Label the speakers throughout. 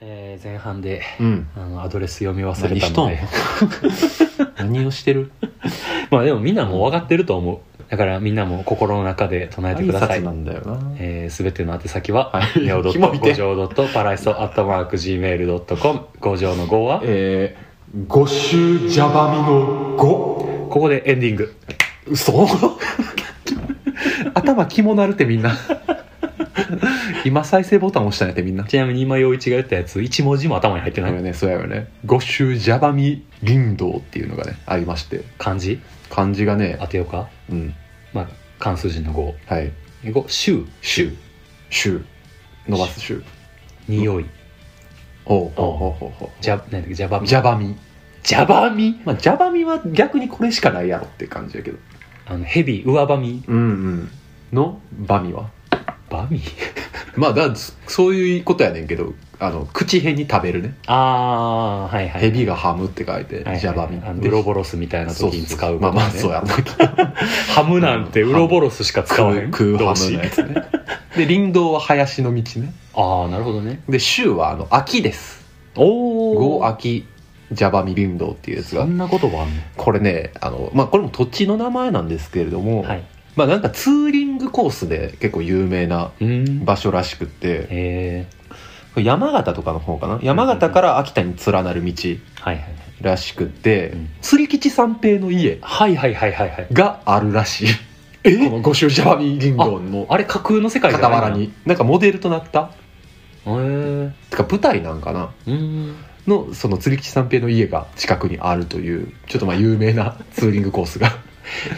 Speaker 1: えー前半で
Speaker 2: うん
Speaker 1: あのアドレス読み忘れ
Speaker 2: 何
Speaker 1: た
Speaker 2: しと
Speaker 1: の
Speaker 2: ん
Speaker 1: で
Speaker 2: 何をしてる
Speaker 1: まあでもみんなもう分かってると思うだからみんなも心の中で唱えてください
Speaker 2: 挨拶なんだよな
Speaker 1: えー、全ての宛先は
Speaker 2: はい
Speaker 1: ネオドッ
Speaker 2: キ
Speaker 1: ト
Speaker 2: モい
Speaker 1: 五
Speaker 2: て
Speaker 1: 条ドットパライソアットマーク Gmail.com 五条の5は
Speaker 2: えー、五州ジャバミの五
Speaker 1: ここでエンディング
Speaker 2: 嘘
Speaker 1: 頭キモなるってみんな
Speaker 2: 今再生ボタン押したんやってみんな
Speaker 1: ちなみに今陽一が言ったやつ1文字も頭に入って
Speaker 2: そ
Speaker 1: な
Speaker 2: うよ
Speaker 1: い
Speaker 2: ねそうやよね五州ジャバミ林道っていうのがねありまして
Speaker 1: 漢字
Speaker 2: 漢字がね
Speaker 1: 当てようか
Speaker 2: うん
Speaker 1: まあ漢数字の5
Speaker 2: はい
Speaker 1: 英語「週」「週
Speaker 2: 州伸ばす州」
Speaker 1: 「匂い」
Speaker 2: おうほうほうほうほう
Speaker 1: 「じゃ」なんだっけ「ジャバミ」
Speaker 2: ジャバミ
Speaker 1: 「ジャバミ
Speaker 2: まあジャバミは逆にこれしかないやろっていう感じやけど」
Speaker 1: あの「ヘビ」「上バミ」
Speaker 2: うんうんのバミは
Speaker 1: 「バミ」
Speaker 2: まあだからそういうことやねんけどあの口辺に食べるね
Speaker 1: ああーはいはい
Speaker 2: ヘビがハムって書いて、
Speaker 1: はい
Speaker 2: ジャバミ
Speaker 1: あのウロボロスみたいな
Speaker 2: そう
Speaker 1: 時に使う
Speaker 2: まあまあ
Speaker 1: 言
Speaker 2: そう
Speaker 1: 葉ね
Speaker 2: やな
Speaker 1: ハムなんてウロボロスしか使わへん
Speaker 2: 空空
Speaker 1: 動
Speaker 2: ハ
Speaker 1: 詞
Speaker 2: ムのやつねで林道は林の道ね
Speaker 1: ああなるほどね
Speaker 2: で州はあの秋です
Speaker 1: お
Speaker 2: 五
Speaker 1: お
Speaker 2: 秋ジャバミ林道っていうやつ
Speaker 1: そ
Speaker 2: が
Speaker 1: んな言葉あんの
Speaker 2: これねあの、まあ、これも土地の名前なんですけれども、
Speaker 1: はい
Speaker 2: まあなんかツーリングコースで結構有名な
Speaker 1: うん
Speaker 2: 場所らしくって
Speaker 1: え
Speaker 2: 山形とかの方かな山形から秋田に連なる道
Speaker 1: ー、はいはい
Speaker 2: らしくって、
Speaker 1: うん
Speaker 2: 釣吉三平の家
Speaker 1: はいはいはいはいはい
Speaker 2: があるらしい こ
Speaker 1: え
Speaker 2: の五州ジャバミ林道の
Speaker 1: あれ架空の世界じゃない
Speaker 2: 傍らになんかモデルとなっ
Speaker 1: へ
Speaker 2: た
Speaker 1: えー、
Speaker 2: てか舞台なんかな
Speaker 1: うん
Speaker 2: のその釣吉三平の家が近くにあるというちょっとまあ有 名なツーリングコースが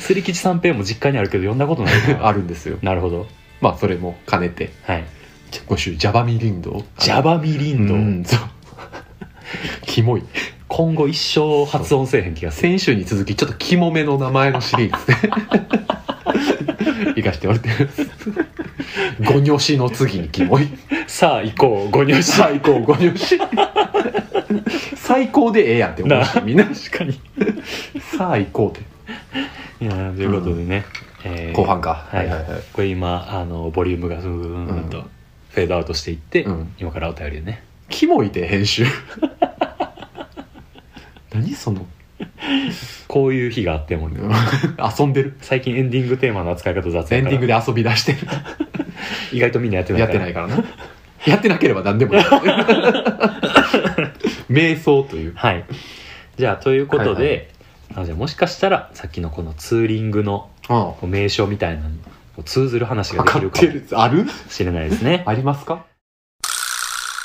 Speaker 1: 釣り吉三平も実家にあるけど読んだことない
Speaker 2: あ
Speaker 1: る
Speaker 2: るんですよ
Speaker 1: なるほど
Speaker 2: まあそれも兼ねて
Speaker 1: はい
Speaker 2: 五州ジャバミ林道
Speaker 1: ジャバミリンド、
Speaker 2: うんそう キモい
Speaker 1: 今後一生発音せえへん気がする
Speaker 2: 先週に続きちょっとキモめの名前のシリ ーズで生かしておりて「ゴニョシの次にキモい
Speaker 1: さあ行こうご入社
Speaker 2: 最高ゴニョシ最高でええやんって思うしみんな
Speaker 1: 確かに
Speaker 2: さあ行こうっ
Speaker 1: いやーということでね、え
Speaker 2: て
Speaker 1: ー
Speaker 2: 後半か、
Speaker 1: はいはいはいこれ今あのボリュームがずーっ
Speaker 2: う
Speaker 1: と
Speaker 2: ん
Speaker 1: フェードアウトしていって、
Speaker 2: うん
Speaker 1: 今からお便りでね
Speaker 2: キモいで編集何その
Speaker 1: こういう日があっても、
Speaker 2: 遊んでる
Speaker 1: 最近エンディングテーマの扱い方雑だから
Speaker 2: エンディングで遊び出してる
Speaker 1: 意外とみんなやってない
Speaker 2: や
Speaker 1: か
Speaker 2: っ
Speaker 1: ら
Speaker 2: てないからなやってなければ何でも いい瞑想という
Speaker 1: はいじゃあということで、
Speaker 2: はい
Speaker 1: あじゃあもしかしたらさっきのこのツーリングの
Speaker 2: あ
Speaker 1: こう名称みたいなのにこう通ずる話が
Speaker 2: か
Speaker 1: で
Speaker 2: か
Speaker 1: き
Speaker 2: っ
Speaker 1: るか
Speaker 2: てるある
Speaker 1: もしれないですね、
Speaker 2: ありますか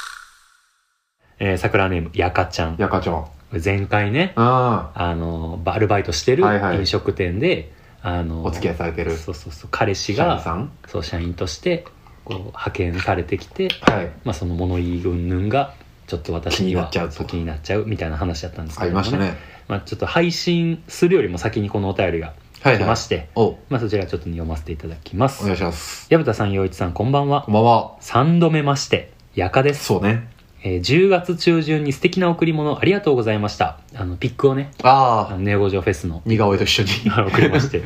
Speaker 1: えー、桜ネームやかちゃん
Speaker 2: やかちゃん
Speaker 1: 前回ね
Speaker 2: あ
Speaker 1: あのバアルバイトしてる
Speaker 2: はいはい
Speaker 1: 飲食店で、あ
Speaker 2: あ
Speaker 1: の
Speaker 2: お付き合いされてる
Speaker 1: そうそうそう彼氏
Speaker 2: 社員
Speaker 1: が
Speaker 2: さん
Speaker 1: そう社員としてこう派遣されてきて、
Speaker 2: はい
Speaker 1: まあ、その物言い云々がちょっと私には
Speaker 2: 気になっちゃうと
Speaker 1: そう気になっちゃうみたいな話だったんですけ
Speaker 2: あ
Speaker 1: れ
Speaker 2: り
Speaker 1: ども、
Speaker 2: ましたね
Speaker 1: まあ、ちょっと配信するよりも先にこのお便りが
Speaker 2: はい
Speaker 1: 来
Speaker 2: は
Speaker 1: ま
Speaker 2: い
Speaker 1: して、
Speaker 2: おお
Speaker 1: まあ、そちらちょっと読ませていただきます
Speaker 2: 願いします
Speaker 1: 矢田さん陽一さんこんばんは
Speaker 2: こんばんは
Speaker 1: 3度目ましてやかです、
Speaker 2: そうね
Speaker 1: えー10月中旬に素敵な贈り物ありがとうございましたあのピックをねあ
Speaker 2: あ
Speaker 1: の
Speaker 2: あ
Speaker 1: ネオ五条フェスの
Speaker 2: 似顔絵と 一緒に
Speaker 1: 送りまして、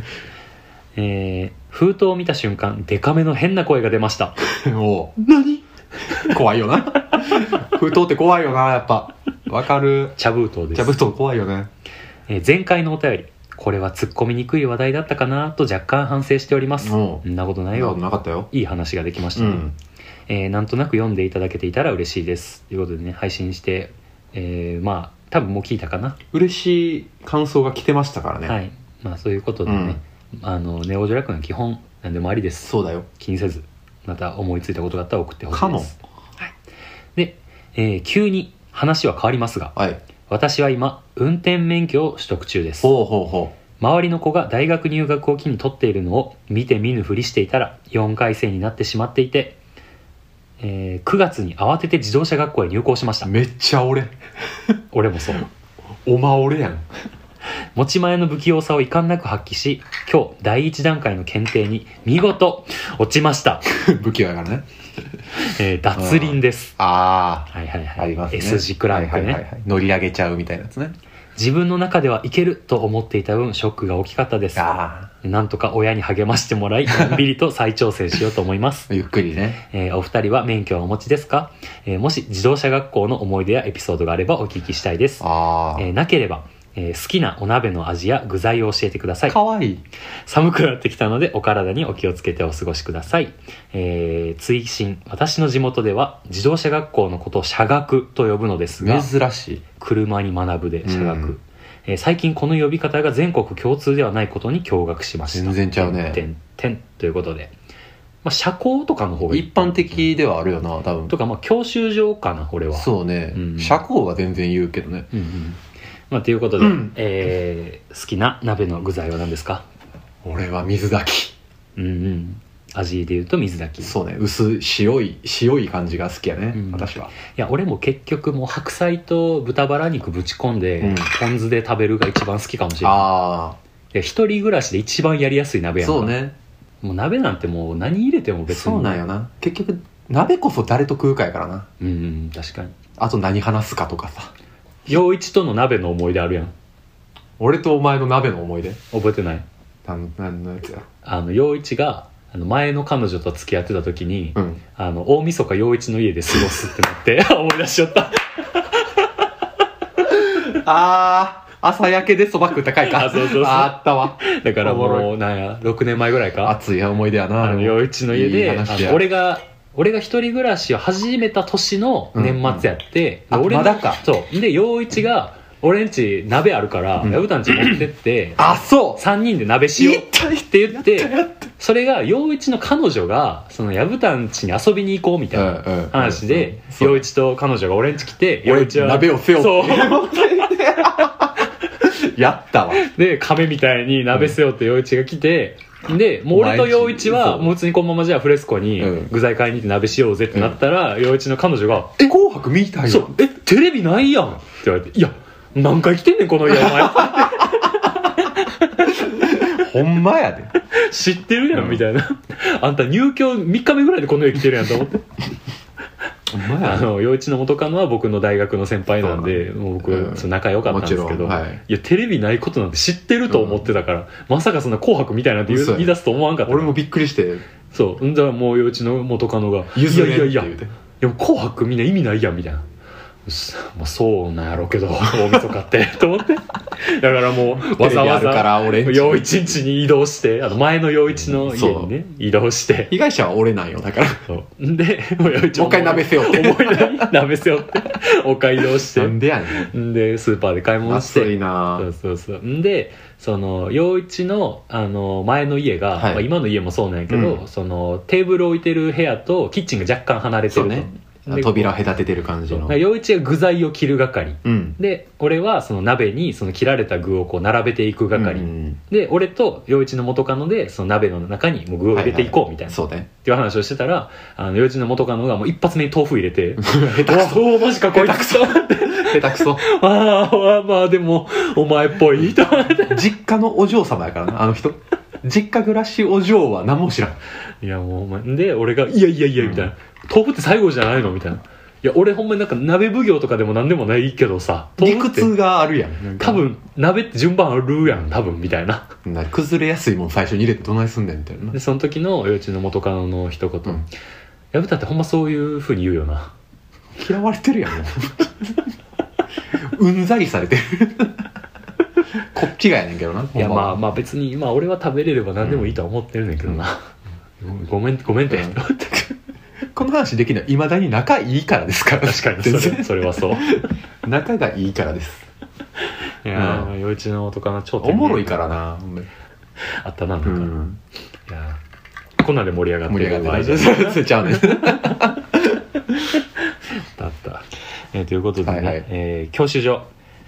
Speaker 1: えー封筒を見た瞬間デカめの変な声が出ました
Speaker 2: お何怖い よな封筒って怖いよなやっぱわかる
Speaker 1: 茶封筒です
Speaker 2: じゃあ封筒怖いよね
Speaker 1: えー前回のお便りこれは突っ込みにくい話題だったかなと若干反省しております
Speaker 2: お
Speaker 1: そんなことない
Speaker 2: 笑顔
Speaker 1: よ
Speaker 2: なかったよ
Speaker 1: いい話ができましたね、えーなんとなく読んでいただけていたら嬉しいですということでね配信して、えーまあ多分もう聞いたかな、
Speaker 2: 嬉しい感想が来てましたからね、
Speaker 1: はいまあそういうことでね、あのネオジョラ君は基本何でもありです
Speaker 2: そうだよ
Speaker 1: 気にせずまた思いついたことがあったら送ってほし
Speaker 2: か
Speaker 1: いで
Speaker 2: も
Speaker 1: すはい、で、えー急に話は変わりますが
Speaker 2: はい
Speaker 1: 私は今運転免許を取得中です
Speaker 2: ほうほうほ
Speaker 1: 周りの子が大学入学を機に取っているのを見て見ぬふりしていたら4回生になってしまっていて、え9月に慌てて自動車学校へ入校しました
Speaker 2: うめっちゃ俺
Speaker 1: 俺もそう
Speaker 2: おま俺やん
Speaker 1: 持ち前の不器用さを遺憾なく発揮し今日第1段階の検定に見事落ちました、
Speaker 2: 不器用やからね
Speaker 1: えー脱輪です
Speaker 2: あ
Speaker 1: はいはい
Speaker 2: あ
Speaker 1: は
Speaker 2: あ
Speaker 1: い
Speaker 2: りますね
Speaker 1: S 字クランクね、
Speaker 2: はいはいはいはい乗り上げちゃうみたいなやつね
Speaker 1: 自分の中ではいけると思っていた分ショックが大きかったです
Speaker 2: あ
Speaker 1: なんとか親に励ましてもらい、のんびりと再調整しようと思います。
Speaker 2: ゆっくりね。
Speaker 1: えーお二人は免許はお持ちですか、えーもし自動車学校の思い出やエピソードがあればお聞きしたいです。
Speaker 2: あ
Speaker 1: えーなければ、えー好きなお鍋の味や具材を教えてくださ
Speaker 2: あ。
Speaker 1: い。
Speaker 2: かわいい。
Speaker 1: 寒くなってきたのでお体にお気をつけてお過ごしください。えー追伸、私の地元では自動車学校のことを車学と呼ぶのですが、
Speaker 2: 珍しい。
Speaker 1: 車に学ぶで車学。
Speaker 2: うん
Speaker 1: えー最近この呼び方が全国共通ではないことに驚愕しました。
Speaker 2: 全然ちゃうね
Speaker 1: てんてんてんということで。まあ、社交とかの方がいい
Speaker 2: 一般的ではあるよな、多分。
Speaker 1: とか、まあ、教習所かな、俺は。
Speaker 2: そうね
Speaker 1: う。ん
Speaker 2: 社交は全然言うけどね。
Speaker 1: うんうんまあ、ということで、
Speaker 2: うん
Speaker 1: えー好きな鍋の具材は何ですか
Speaker 2: 俺は水炊
Speaker 1: うんうん味で言うと水炊
Speaker 2: き。
Speaker 1: きい
Speaker 2: そうね。薄い、塩い、塩い感じが好きやね
Speaker 1: うん。
Speaker 2: 私は。
Speaker 1: や俺も結局もう白菜と豚バラ肉ぶち込んで、
Speaker 2: うん
Speaker 1: ポン酢で食べるが一番好きかもしれない
Speaker 2: あ
Speaker 1: いや一人暮らしで一番やりやすい
Speaker 2: あ。
Speaker 1: 鍋やんか
Speaker 2: そうね。
Speaker 1: もう鍋なんてもう何入れても別に
Speaker 2: そうなんよな。結局、鍋こそ誰と食うかやからな。
Speaker 1: うんうん確かに
Speaker 2: あと何話すかとかさ。
Speaker 1: 陽一との鍋の思い出あるやん
Speaker 2: 俺とお前の鍋の思い出
Speaker 1: 覚えてない
Speaker 2: なん、なんのやつや。
Speaker 1: あの陽一があの前の彼女と付き合ってた時に、
Speaker 2: うん。
Speaker 1: あの大晦日陽一の家で過ごすってなって 思い出しちゃった
Speaker 2: ああ、朝焼けでそば食ったかいか。
Speaker 1: あそうそうそう
Speaker 2: ああったわ。
Speaker 1: だから
Speaker 2: おも
Speaker 1: も
Speaker 2: ろ
Speaker 1: うなんや6年前ぐらいか
Speaker 2: 熱い思い出やな。
Speaker 1: あの
Speaker 2: でも
Speaker 1: 陽一の家
Speaker 2: いい
Speaker 1: で
Speaker 2: 話や
Speaker 1: あの俺が俺が一人暮らしを始めた年の年末やって、
Speaker 2: うんうんあ
Speaker 1: 俺の
Speaker 2: まだか
Speaker 1: そうで陽一が俺んち鍋あるから
Speaker 2: うん
Speaker 1: 薮たんち持ってって
Speaker 2: あ、そう
Speaker 1: 3人で鍋しよう
Speaker 2: 言った言っ
Speaker 1: って言って
Speaker 2: やった
Speaker 1: それが陽一の彼女がその薮たんちに遊びに行こうみたいな
Speaker 2: うんうん
Speaker 1: 話で
Speaker 2: そう
Speaker 1: 陽一と彼女が俺んち来て陽
Speaker 2: 俺
Speaker 1: 一は
Speaker 2: 鍋を背負
Speaker 1: そう
Speaker 2: って。やったわ。
Speaker 1: で亀みたいに鍋せよって陽一が来て、でもう俺と陽一は
Speaker 2: そう
Speaker 1: もう普通にこのままじゃあフレスコに
Speaker 2: うん
Speaker 1: 具材買いに行って鍋しようぜってなったら陽、一の彼女が
Speaker 2: え紅白見
Speaker 1: 「
Speaker 2: たい
Speaker 1: そうえテレビないやん」って言われて「いや何回来てんねんこの家お 前
Speaker 2: ほんまやで。
Speaker 1: 知ってるや」
Speaker 2: うんん
Speaker 1: みたいな「あんた入居3日目ぐらいでこの家来てるやん」と思って
Speaker 2: ほんま
Speaker 1: あ
Speaker 2: やで。
Speaker 1: の陽一の元カノは僕の大学の先輩なんで
Speaker 2: そう
Speaker 1: もう僕、
Speaker 2: うん
Speaker 1: そう仲良かったんですけど、
Speaker 2: もちろんはい
Speaker 1: い、やテレビないことなんて知ってると思ってたから、まさかそんな「紅白」みたいなんて言う
Speaker 2: 嘘や
Speaker 1: 言い出すと思わんかった
Speaker 2: 俺もびっくりして、
Speaker 1: そう。んだからもう、幼稚の元カノが、い
Speaker 2: 譲
Speaker 1: や
Speaker 2: れんっ
Speaker 1: い
Speaker 2: て
Speaker 1: や
Speaker 2: 言う
Speaker 1: い
Speaker 2: て。
Speaker 1: や、でも紅白みんな意味ないやん、みたいな。うっすまあ、そうなんやろうけど、 大晦日って、と思って。だからもう、わざわ
Speaker 2: テレビあるか
Speaker 1: ざ、
Speaker 2: ら俺んち
Speaker 1: 洋一んちに移動して、あの、前の洋一の家にね、移動して。
Speaker 2: 被害者は俺なんよ。だから。
Speaker 1: そうで、もう洋一
Speaker 2: もう一回鍋背負って
Speaker 1: 思い出に鍋背負って、お買い移動し
Speaker 2: なん
Speaker 1: て。
Speaker 2: でやね
Speaker 1: んで、スーパーで買い
Speaker 2: ん。
Speaker 1: 物し
Speaker 2: 熱
Speaker 1: て
Speaker 2: い。な
Speaker 1: そうそうそうんでその陽一のあの前の家が、
Speaker 2: はい
Speaker 1: まあ、今の家もそうなんやけど、
Speaker 2: うん
Speaker 1: そのテーブルを置いてる部屋とキッチンが若干離れて
Speaker 2: そ
Speaker 1: る
Speaker 2: う
Speaker 1: とで
Speaker 2: ね。扉隔ててる感じ
Speaker 1: そうだ
Speaker 2: の
Speaker 1: から。陽一が具材を切る係
Speaker 2: うん。
Speaker 1: で俺はその鍋にその切られた具をこう並べていく係、
Speaker 2: うん
Speaker 1: で俺と陽一の元カノでその鍋の中にもう具を入れていこうみたいな、
Speaker 2: そうね。
Speaker 1: っていう話をしてたらあの陽一の元カノがもう一発目に豆腐入れて「
Speaker 2: 下手
Speaker 1: うわおおマジかこいつ」
Speaker 2: 下手くそ。
Speaker 1: ああまあでもお前っぽい」と
Speaker 2: 実家のお嬢様やからな、あの人。実家暮らしお嬢は何も知らん。
Speaker 1: いやもうお前で俺が「いやいやいや」みたいな「豆腐って最後じゃないの?」みたいな「いや俺ほんまになんか鍋奉行とかでもなんでもないけどさ豆
Speaker 2: 理
Speaker 1: 腐って
Speaker 2: 屈があるやん。なんか
Speaker 1: 多。分鍋って順番あるやん多分」みたいな
Speaker 2: な崩れやすいもん最初に入れてどないすんねんみたいな
Speaker 1: で。その時の幼稚の元カノの一言
Speaker 2: うん
Speaker 1: 「薮田ってほんまそういうふうに言うよな
Speaker 2: 嫌われてるやん、も う。うんざりされてる。 こっちがやねんけどな、」
Speaker 1: いや
Speaker 2: ほん
Speaker 1: ま
Speaker 2: ま
Speaker 1: あ
Speaker 2: は
Speaker 1: まあ別にまあ俺は食べれれば何でもいいとは思ってるねんだけどな、ごめんごめんって、
Speaker 2: うんこの話できない。いまだに仲いいからですから。
Speaker 1: 確かにそ
Speaker 2: 全
Speaker 1: れ
Speaker 2: 然。
Speaker 1: それはそう
Speaker 2: 仲がいいからです。
Speaker 1: いやー幼稚の元カノ超
Speaker 2: おもろいからな、ほんまに
Speaker 1: あったななん
Speaker 2: う
Speaker 1: か、い
Speaker 2: ん。
Speaker 1: やーこんなんで盛り上がって
Speaker 2: 盛り上が
Speaker 1: 場合
Speaker 2: っ
Speaker 1: じゃ
Speaker 2: てる。
Speaker 1: ない
Speaker 2: それちゃうねん。
Speaker 1: あった、えーということでね、
Speaker 2: はいはい
Speaker 1: えー教習所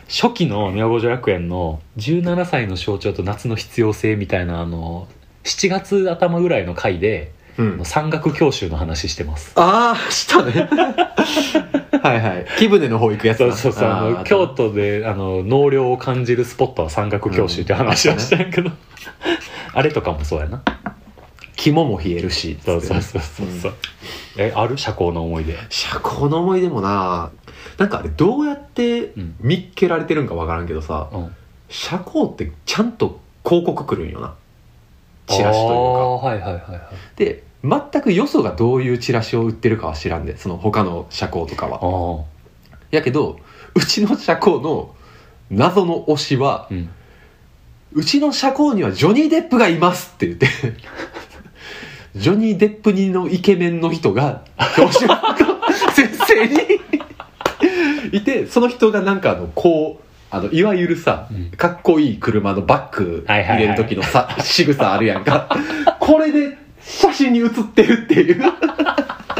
Speaker 1: 初期のネオ五条楽園の17歳の象徴と夏の必要性みたいなあの7月頭ぐらいの回で、
Speaker 2: うん。
Speaker 1: 山岳教習の話してます
Speaker 2: ああ、した ね。はいはい。木船の方行くやつ
Speaker 1: そう
Speaker 2: な
Speaker 1: そうそう
Speaker 2: あ
Speaker 1: あ
Speaker 2: ー
Speaker 1: の京都であの納涼を感じるスポットは山岳教習って話をしたんやけど、あれとかもそうやな
Speaker 2: 肝も冷えるし。
Speaker 1: そうそうそうそうそう、えある社交の思い出
Speaker 2: 社交の思い出もななんかあれどうやって
Speaker 1: うん
Speaker 2: 見っけられてるんかわからんけどさ
Speaker 1: うん
Speaker 2: 社交ってちゃんと広告来るんよなチラシという
Speaker 1: あ
Speaker 2: か
Speaker 1: ーはいはいはいはい
Speaker 2: で全くよそがどういうチラシを売ってるかは知らんでその他の社交とか
Speaker 1: ああ
Speaker 2: はやけどうちの社交の謎の推しは
Speaker 1: うん
Speaker 2: うちの社交にはジョニー・デップがいますって言 ってジョニー・デップにのイケメンの人が表紙の先生にいてその人がなんかあのこうあのいわゆるさ、
Speaker 1: うん
Speaker 2: かっこいい車のバッグ
Speaker 1: はいはいは
Speaker 2: 入
Speaker 1: い
Speaker 2: れる時のさ、仕草あるやんかこれで写真に写ってるっていう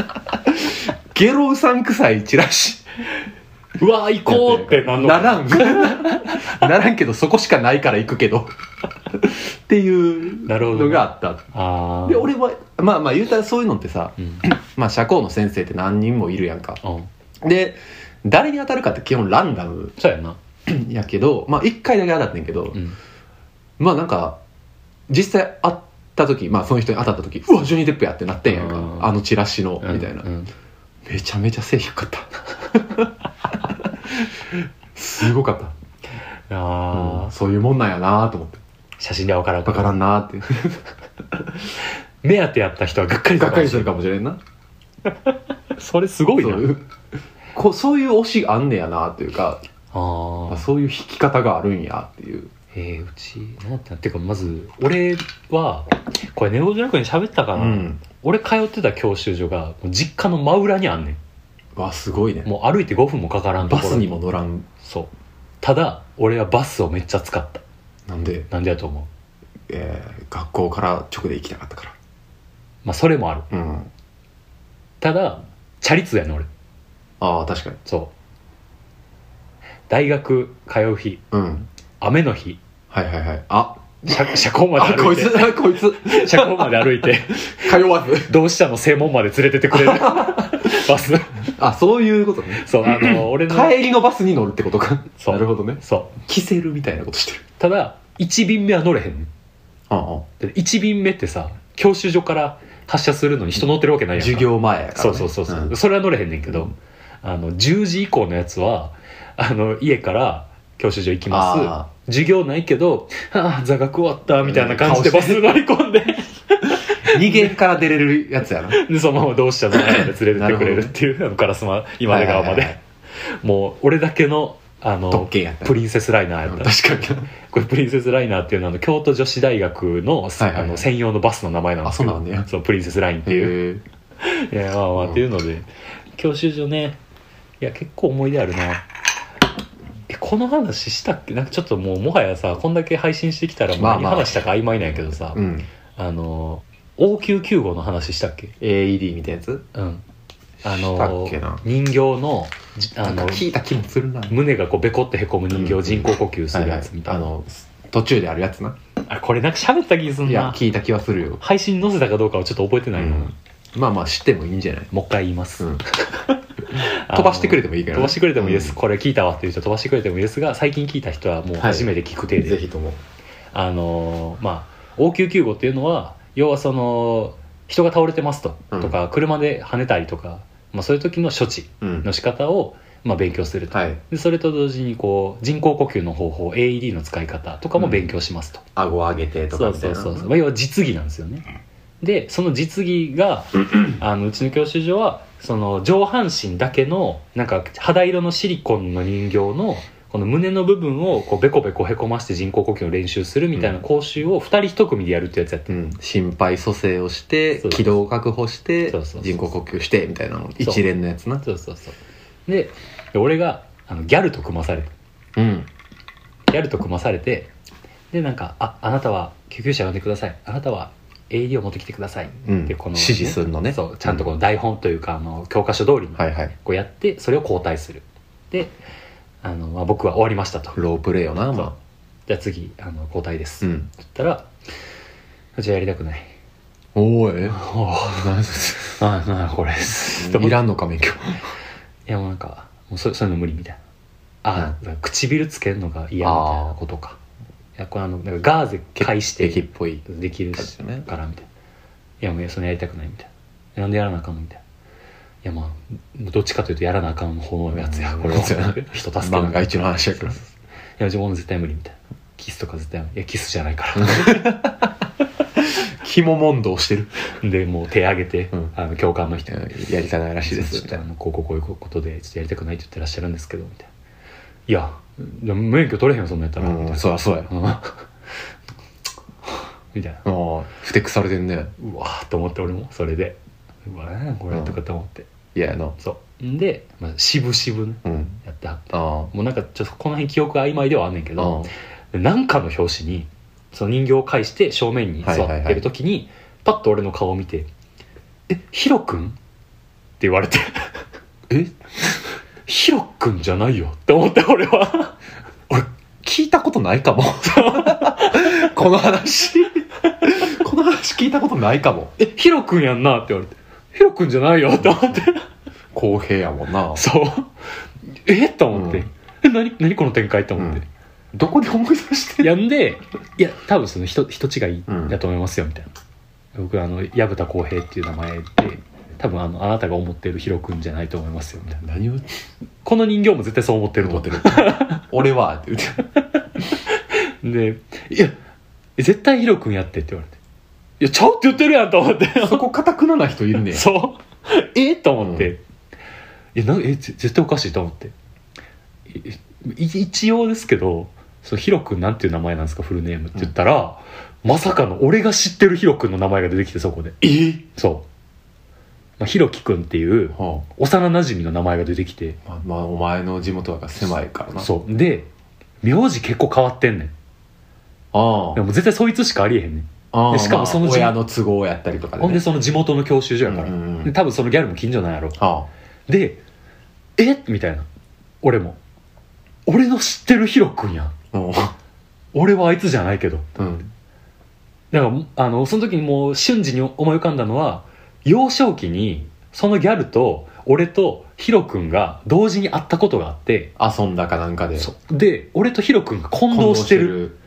Speaker 2: ゲロうさんくさいチラシ
Speaker 1: うわー行こうってなんの
Speaker 2: ならんならんけどそこしかないから行くけどっていう
Speaker 1: なるほど
Speaker 2: のがあった、
Speaker 1: ああ
Speaker 2: で俺はまあまあ言うたらそういうのってさ、
Speaker 1: うん
Speaker 2: まあ、社交の先生って何人もいるやんか
Speaker 1: うん
Speaker 2: で誰に当たるかって基本ランダム
Speaker 1: そうやな
Speaker 2: やけどまあ1回だけ当たってんけど、
Speaker 1: うん
Speaker 2: まあなんか実際会った時まあその人に当たった時うわジョニー・デップやってなってんやんか
Speaker 1: うん
Speaker 2: あのチラシの
Speaker 1: うん
Speaker 2: みたいな、
Speaker 1: うん
Speaker 2: めちゃめちゃ性良かった すごかった
Speaker 1: あ
Speaker 2: うん
Speaker 1: あ
Speaker 2: そういうもんなんやなと思って
Speaker 1: 写真では分からん
Speaker 2: 分からんなって
Speaker 1: 目当てやった人はがっかりす
Speaker 2: が
Speaker 1: る
Speaker 2: っ
Speaker 1: か
Speaker 2: か
Speaker 1: も
Speaker 2: り
Speaker 1: し
Speaker 2: す
Speaker 1: れ
Speaker 2: る
Speaker 1: ん
Speaker 2: かもしれんな
Speaker 1: それすごいな
Speaker 2: そうこうそういう推しあんねやなというか
Speaker 1: あ
Speaker 2: あ
Speaker 1: あ
Speaker 2: そういう引き方があるんやっていう
Speaker 1: えー、うちなんだったっていうかまず俺はこれネオジャンクに喋ったか
Speaker 2: う
Speaker 1: な、
Speaker 2: ん
Speaker 1: 俺通ってた教習所がもう実家の真裏にあんね
Speaker 2: わすごい
Speaker 1: ん
Speaker 2: ね
Speaker 1: もう歩いて5分もかからんと
Speaker 2: バ
Speaker 1: ころ
Speaker 2: スにも乗らん
Speaker 1: そうただ俺はバスをめっちゃ使った
Speaker 2: なんで、
Speaker 1: なんでやと思う
Speaker 2: えー学校から直で行きたかったか
Speaker 1: まあそれもある
Speaker 2: らうん
Speaker 1: ただチャリ通やねん俺
Speaker 2: ああ確かに
Speaker 1: そう大学通う日
Speaker 2: うん
Speaker 1: 雨の日
Speaker 2: はいはいはいあ
Speaker 1: 車車高ま
Speaker 2: あ
Speaker 1: で
Speaker 2: こ
Speaker 1: 歩
Speaker 2: い
Speaker 1: いて
Speaker 2: つあこいつ
Speaker 1: 車高まで歩いて
Speaker 2: 通わず
Speaker 1: 同志社の正門まで連れてってくれ るバス
Speaker 2: あそういうことね
Speaker 1: そうあの俺の
Speaker 2: 帰りのバスに乗るってことか
Speaker 1: そう
Speaker 2: なるほどね
Speaker 1: そう
Speaker 2: キセルみたいなことしてる
Speaker 1: ただ1便目は乗れへんねん
Speaker 2: あ
Speaker 1: だって1便目ってさ教習所から発車するのに人乗ってるわけないやんか
Speaker 2: 授業前やから、ね、
Speaker 1: そうそうそうそう、
Speaker 2: ん
Speaker 1: それは乗れへんねんけど、
Speaker 2: うん
Speaker 1: あの10時以降のやつはあの家から教習所行きま
Speaker 2: あ
Speaker 1: す授業ないけど「ああ座学終わった」みたいな感じで
Speaker 2: うん
Speaker 1: バス乗り込んで
Speaker 2: 逃げから出れるやつやな
Speaker 1: でそのまま同志社の前まで連れてってくれるっていうあの烏丸今出川ま
Speaker 2: はいはいはいは
Speaker 1: で
Speaker 2: い
Speaker 1: もう俺だけのあ
Speaker 2: 特
Speaker 1: の
Speaker 2: 権やった
Speaker 1: プリンセスライナー
Speaker 2: う
Speaker 1: やっ
Speaker 2: ん
Speaker 1: た
Speaker 2: 確かに
Speaker 1: これプリンセスライナーっていうのはあの京都女子大学の,、
Speaker 2: はいはい
Speaker 1: あの専用のバスの名前なんですけど
Speaker 2: あそうなんだよ
Speaker 1: そうプリンセスラインっていう
Speaker 2: へえ
Speaker 1: いやまあまあ
Speaker 2: うん
Speaker 1: っていうので教習所ねいや結構思い出あるなえこの話したっけなんかちょっともうもはやさこんだけ配信してきたらもう
Speaker 2: まあ
Speaker 1: 何
Speaker 2: まあ
Speaker 1: 話したか曖昧なんやけどさ、
Speaker 2: うん
Speaker 1: あの応急救護の話したっけ
Speaker 2: AED みたいなやつ
Speaker 1: うんあ
Speaker 2: した
Speaker 1: の
Speaker 2: っけな
Speaker 1: 人形のじあ
Speaker 2: なんか
Speaker 1: の
Speaker 2: 聞いた気もするな
Speaker 1: 胸がこうベコってへこむ人形
Speaker 2: う
Speaker 1: を
Speaker 2: ん
Speaker 1: 人工呼吸するやつみたいな、
Speaker 2: はいはいあの途中であるやつな
Speaker 1: あれこれなんか喋った気すん
Speaker 2: いや
Speaker 1: な
Speaker 2: 聞いた気はするよ、
Speaker 1: 配信載せたかどうかはちょっと覚えて
Speaker 2: う
Speaker 1: ないな、
Speaker 2: ん、まあまあ知ってもいいんじゃない、
Speaker 1: もう一回言います、
Speaker 2: うん、
Speaker 1: あの
Speaker 2: 飛ばしてくれてもいいから
Speaker 1: 飛ばしてくれてもいいです、
Speaker 2: うん
Speaker 1: これ聞いたわっていう人飛ばしてくれてもいいですが最近聞いた人はもう
Speaker 2: はい
Speaker 1: 初めて聞く程度、
Speaker 2: ぜひとも
Speaker 1: あのーまあ応急救護っていうのは要はその人が倒れてますと、
Speaker 2: うん
Speaker 1: とか車で跳ねたりとか、まあ、そういう時の処置
Speaker 2: うん
Speaker 1: の仕方をまあ勉強すると、
Speaker 2: はい
Speaker 1: でそれと同時にこう人工呼吸の方法 AED の使い方とかも勉強しますと、
Speaker 2: 顎上げてと
Speaker 1: そ
Speaker 2: か
Speaker 1: う
Speaker 2: みた
Speaker 1: そ
Speaker 2: いうな
Speaker 1: そうそう、まあ、要は実技なんですよねでその実技があのうちの教習所はその上半身だけのなんか肌色のシリコンの人形のこの胸の部分をこうベコベコへこまして人工呼吸の練習するみたいな
Speaker 2: うん
Speaker 1: 講習を2人1組でやるってやつやって
Speaker 2: うん、心肺蘇生をして
Speaker 1: そうそう
Speaker 2: 気道を確保して
Speaker 1: そうそうそう
Speaker 2: 人工呼吸してみたいなの一連のやつな
Speaker 1: そうそうそうでで俺があのギャルと組まされて
Speaker 2: うん
Speaker 1: ギャルと組まされてでなんか「ああなたは救急車呼んでくださいあなたは AED を持ってきてください」
Speaker 2: うん
Speaker 1: でこの
Speaker 2: 指示するのね
Speaker 1: そうちゃんとこの台本というかあの教科書通りに
Speaker 2: はいはい
Speaker 1: こうやってそれを交代するであの、まあ、僕は終わりましたと
Speaker 2: ロープレイよな
Speaker 1: そう
Speaker 2: ま
Speaker 1: じゃあ次あの交代で
Speaker 2: あう
Speaker 1: す、
Speaker 2: ん
Speaker 1: 言ったらじゃあやりたくない
Speaker 2: おーえ
Speaker 1: お
Speaker 2: 何 そ
Speaker 1: あなんだこれです
Speaker 2: れいらんのか免許
Speaker 1: いやもうなんかもうそそういうの無理みたいなあ、だから唇つけるのが嫌みたいなことかいやこれあのなんかガーゼ返して
Speaker 2: 駅っぽい
Speaker 1: できる
Speaker 2: 感
Speaker 1: し
Speaker 2: じだね
Speaker 1: からみたいないやもうそのやりたくないみたいななんでやらなあかんのみたいないやまあどっちかというとやらなあかん方のやつやこれ は
Speaker 2: そうやな
Speaker 1: 人助ける
Speaker 2: 万が一の話やから
Speaker 1: いや自分も絶対無理みたいなキスとか絶対無理いやキスじゃないから
Speaker 2: 紐問答して る
Speaker 1: でもう手挙げて、
Speaker 2: うん
Speaker 1: あの教官の人に
Speaker 2: やりたないらしいで
Speaker 1: ちょ
Speaker 2: す
Speaker 1: っとあのこうこうこういうことでちょっとやりたくないって言ってらっしゃるんですけどみたいな「いやでも免許取れへんよそんなんやったら」みたい
Speaker 2: うん
Speaker 1: な
Speaker 2: そりゃそうや
Speaker 1: うん みたいな
Speaker 2: ああふてくされてんね
Speaker 1: うわーと思って俺もそれでうわーこれとかと思って、
Speaker 2: いややな
Speaker 1: そうんで、まあ、渋々ね
Speaker 2: うん
Speaker 1: やってはって
Speaker 2: あ
Speaker 1: もうなんかちょっとこの辺記憶が曖昧ではあんねんけ
Speaker 2: ああ
Speaker 1: ど、なんかの表紙にその人形を介して正面に座ってる時に、パッと俺の顔を見て「えヒロ君?」って言われて
Speaker 2: え
Speaker 1: 「 ヒロ君じゃないよ」って思って俺は
Speaker 2: 俺聞いたことないかもこの話この話聞いたことないかも
Speaker 1: 「えヒロ君やんな」って言われて「ヒロ君じゃないよ」って思って
Speaker 2: 公平やもんな
Speaker 1: そうえっと思って、
Speaker 2: うん
Speaker 1: え何何この展開と思って、
Speaker 2: どこで思い出して
Speaker 1: やんでいや多分その人人違い
Speaker 2: うん
Speaker 1: だと思いますよみたいな、僕あの薮田浩平っていう名前で多分あのあなたが思ってるヒロ君じゃないと思いますよみたいな
Speaker 2: 何を
Speaker 1: この人形も絶対そう思ってると
Speaker 2: 思
Speaker 1: 思
Speaker 2: っ
Speaker 1: ってて
Speaker 2: る俺はって言って
Speaker 1: で「いや絶対ヒロ君やって」って言われて「いやちゃうって言ってるやん」と思って
Speaker 2: そこかたくなな人いるね
Speaker 1: そうえと思って、えなえぜ絶対おかしいと思っていい一応ですけどそのヒロ君なんていう名前なんですかフルネームって言ったら、まさかの俺が知ってるヒロ君の名前が出てきてそこで
Speaker 2: え
Speaker 1: そう、まあ、ヒロキ君っていう
Speaker 2: は
Speaker 1: 幼馴染の名前が出てきて
Speaker 2: あまあ、まあ、お前の地元だから狭いからな
Speaker 1: そうで名字結構変わってんねん
Speaker 2: あ
Speaker 1: でも絶対そいつしかありえへんねん
Speaker 2: あああ
Speaker 1: でしかもその
Speaker 2: まあ
Speaker 1: 地
Speaker 2: 親の都合やったりとかで、
Speaker 1: ほんでその地元の教習所やから、
Speaker 2: うんうんうん
Speaker 1: で多分そのギャルも近所なんやろ
Speaker 2: あ
Speaker 1: で「えみたいな俺も「俺の知ってるヒロ君やん
Speaker 2: あうん
Speaker 1: 俺はあいつじゃないけど
Speaker 2: うん」
Speaker 1: だからあのその時にもう瞬時に思い浮かんだのは幼少期にそのギャルと俺とヒロ君が同時に会ったことがあって
Speaker 2: 遊んだかなんかで
Speaker 1: そうで俺とヒロ君が混同してる
Speaker 2: る